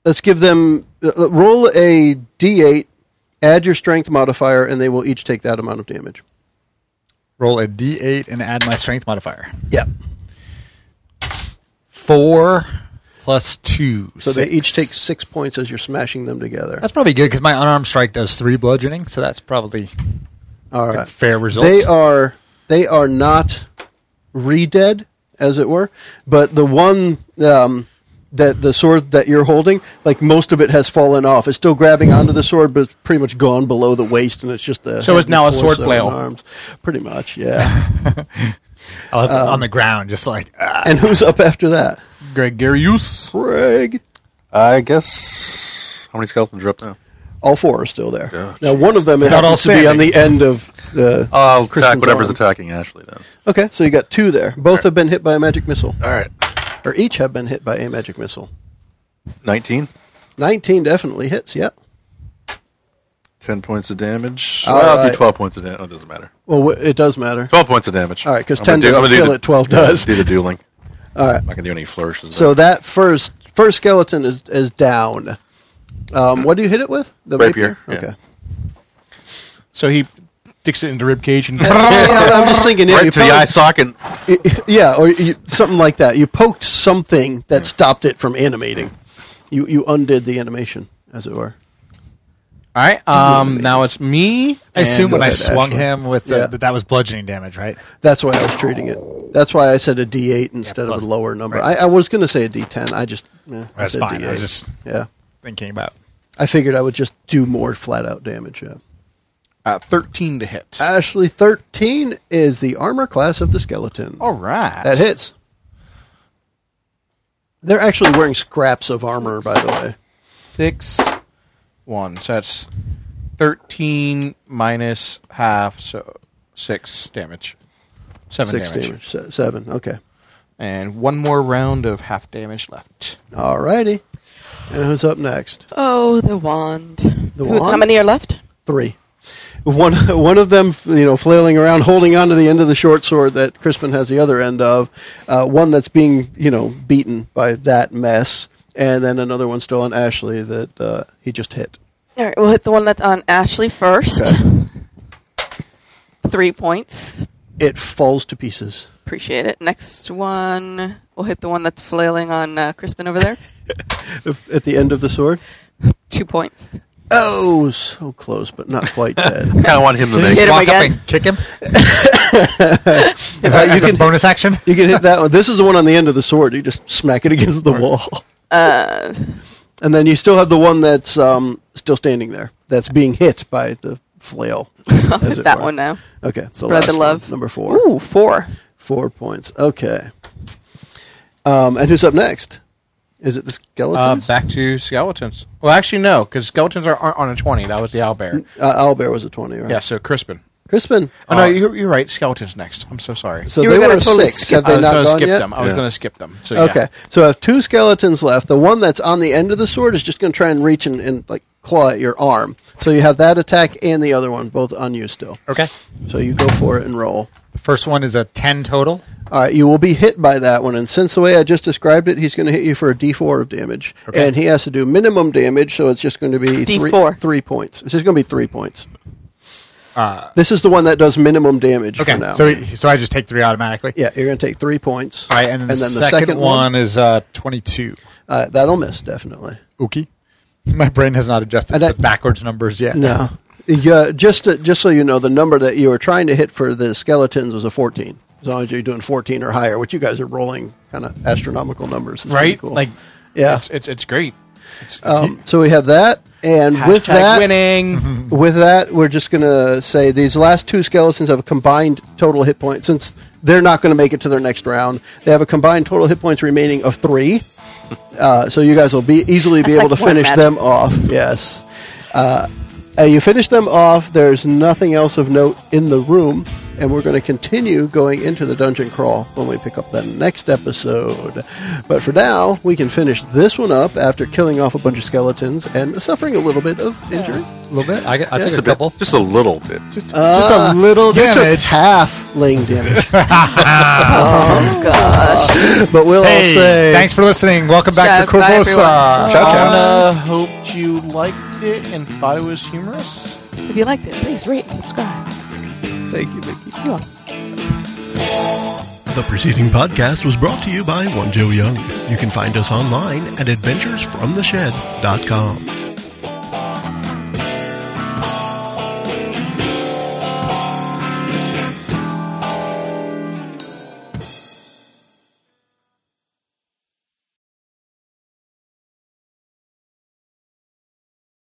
B: let's give them uh, roll a d8, add your strength modifier, and they will each take that amount of damage.
F: Roll a d8 and add my strength modifier.
B: Yeah.
F: Four plus two.
B: So they
F: six.
B: each take six points as you're smashing them together.
F: That's probably good because my unarmed strike does three bludgeoning, so that's probably
B: All
F: a
B: right.
F: fair result.
B: They are they are not re-dead, as it were, but the one um, that the sword that you're holding, like most of it has fallen off. It's still grabbing onto the sword, but it's pretty much gone below the waist, and it's just the
D: So it's
B: head
D: now
B: and
D: a sword
B: torso and
D: flail.
B: Arms, pretty much, yeah.
F: I'll have them
B: um,
F: on the ground, just like ah.
B: and who's up after that?
D: Gregarious.
B: Greg.
E: I guess. How many skeletons are up now?
B: All four are still there.
E: Oh,
B: now one of them
F: Not all
B: happens to be on
F: standing.
B: the end of the.
E: I'll attack
B: Christian's
E: whatever's
B: arm.
E: attacking Ashley then.
B: Okay, so you got two there. Both have been hit by a magic missile,
E: All right.
B: or each have been hit by a magic missile.
E: 19.
B: 19 definitely hits, yep.
E: 10 points of damage.
B: All
E: I'll
B: right.
E: do 12 points of damage. Oh, it doesn't matter.
B: Well, wh- it does matter.
E: 12 points of damage.
B: All right, 'cause
E: I'm gonna
B: 10
E: do- I'm
B: doesn't
E: gonna do
B: kill
E: the-
B: it, 12
E: yeah,
B: does.
E: Do
B: (laughs)
E: the dueling. All right. I'm not going to do any flourishes.
B: So
E: So
B: that first first skeleton is, is down. Um, what do you hit it with? The
E: Rapier, yeah.
B: Okay.
D: So he sticks it into rib cage and
B: Yeah, yeah, I'm just thinking. Yeah,
E: right
B: you
E: to the
B: probably-
E: eye socket.
B: yeah or you, something like that. You poked something that stopped it from animating. You you undid the animation, as it were.
D: All
B: (laughs)
D: right. Um. Now it's me.
F: I assume
B: go
F: when I
B: ahead,
F: swung
B: Ashley.
F: him with the,
B: Yeah.
F: that, that was bludgeoning damage, right?
B: That's why I was treating it. That's why I said a D8 instead
F: plus-
B: of a lower number.
F: right.
B: I, I was going to say a D10. I just eh, I
F: That's
B: said
F: fine.
B: D8.
F: I was just
B: yeah.
F: thinking about.
B: I figured I would just do more flat out damage. Yeah.
D: Uh, 13 to hit.
B: Ashley 13 is the armor class of the skeleton.
D: All right.
B: That hits. They're actually wearing scraps of armor, by the way.
D: Six, one. So that's 13 minus half, so six damage. Seven
B: Six
D: damage.
B: damage. Se- seven. Okay.
D: And one more round of half damage left.
B: All righty. And who's up next?
C: Oh, the wand.
B: The
C: Who- How
B: wand?
C: many are left?
B: Three. One, (laughs) one of them, you know, flailing around, holding on to the end of the short sword that Crispin has the other end of. Uh, one that's being, you know, beaten by that mess, and then another one still on Ashley that uh, he just hit.
C: All right, we'll hit the one that's on Ashley first.
B: Okay.
C: Three points.
B: It falls to pieces.
C: Appreciate it. Next one, we'll hit the one that's flailing on uh, Crispin
B: (laughs)
C: over there.
B: If- At the end of the sword.
C: Two points.
B: Oh, so close, but not quite dead.
E: I kind of want him to make
C: Hit
F: Just
C: him
F: walk
C: again.
F: up and kick him. is that, you can,
B: (laughs)
F: bonus action?
B: (laughs) You can hit that one. This is the one on the end of the sword. You just smack it against the wall.
C: Uh,
B: And then you still have the one that's um, still standing there, that's being hit by the
C: (laughs)
B: flail. as it
C: that
B: were.
C: one now.
B: Okay. the
C: Spread
B: last
C: the
B: one,
C: love.
B: number four.
C: Ooh, four.
B: Four points. Okay. Um, and who's up next? Is it the
D: Uh,
B: skeletons?
D: back to skeletons. Well, actually, no, because skeletons are, aren't on a 20. That was the owlbear.
B: Uh, Owlbear was a 20, right?
D: Yeah, so Crispin.
B: Crispin.
D: Oh, no, you're, you're right. Skeletons next. I'm so sorry.
B: So
C: You
B: they
C: were
B: were
C: gonna
B: a
C: totally
B: six.
C: skip-
B: Have they
D: I was
B: not
D: gonna
B: gone
D: skip
B: yet?
D: them. I was
E: Yeah.
D: going to skip them. So,
B: Okay.
D: yeah.
B: So I have two skeletons left. The one that's on the end of the sword is just going to try and reach and, and like claw at your arm. So you have that attack and the other one both on you still.
F: Okay.
B: So you go for it and roll.
F: The first one is a 10 total.
B: All right, you will be hit by that one, and since the way I just described it, he's going to hit you for a D4 of damage,
F: Okay.
B: and he has to do minimum damage, so it's just going to be
C: D4.
B: Three, three points. It's just going to be three points. this is the one that does minimum damage.
F: Uh, Okay.
B: for now.
F: So he- so I just take three automatically.
B: yeah, you're going to take three points.
F: All right. And then, the, second one, is uh, 22.
B: uh, that'll miss definitely.
F: Okay. (laughs) My brain has not adjusted
B: And
F: to
B: that-
F: the backwards numbers yet.
B: No. Yeah, just to, just so you know, the number that you were trying to hit for the skeletons was a 14. As long as you're doing 14 or higher, which you guys are rolling kind of astronomical numbers. It's pretty
D: Right?
B: cool.
D: Like,
B: yeah.
D: It's, it's, it's great.
B: Um, so we have that, and with
D: Hashtag
B: that, (laughs)
D: winning.
B: with that, we're just gonna say these last two skeletons have a combined total hit point. Since they're not going to make it to their next round, they have a combined total hit points remaining of three. (laughs) Uh, so you guys will be easily be
C: That's
B: able
C: like
B: to
C: one
B: finish
C: magic.
B: them off. Yes. Uh, uh, you finish them off. There's nothing else of note in the room, and we're going to continue going into the dungeon crawl when we pick up the next episode. But for now, we can finish this one up after killing off a bunch of skeletons and suffering a little bit of injury.
F: A little bit. I, got- I
B: Yeah.
F: took
E: just a
F: a
E: bit,
F: couple.
E: just a little bit. Just
B: Uh,
F: just a little
B: You took
F: damage.
B: half ling
F: (laughs)
B: damage.
C: Oh, gosh.
B: but we'll all say
F: Hey, thanks for listening. Welcome back to
C: Ciao, bye,
F: Corvosa.
C: everyone.
E: Ciao, ciao.
D: Anna hoped you liked it and thought it was humorous.
C: if you liked it, please rate and subscribe.
B: Thank you, Mickey.
A: The preceding podcast was brought to you by One Joe Young. You can find us online at adventuresfromtheshed.com.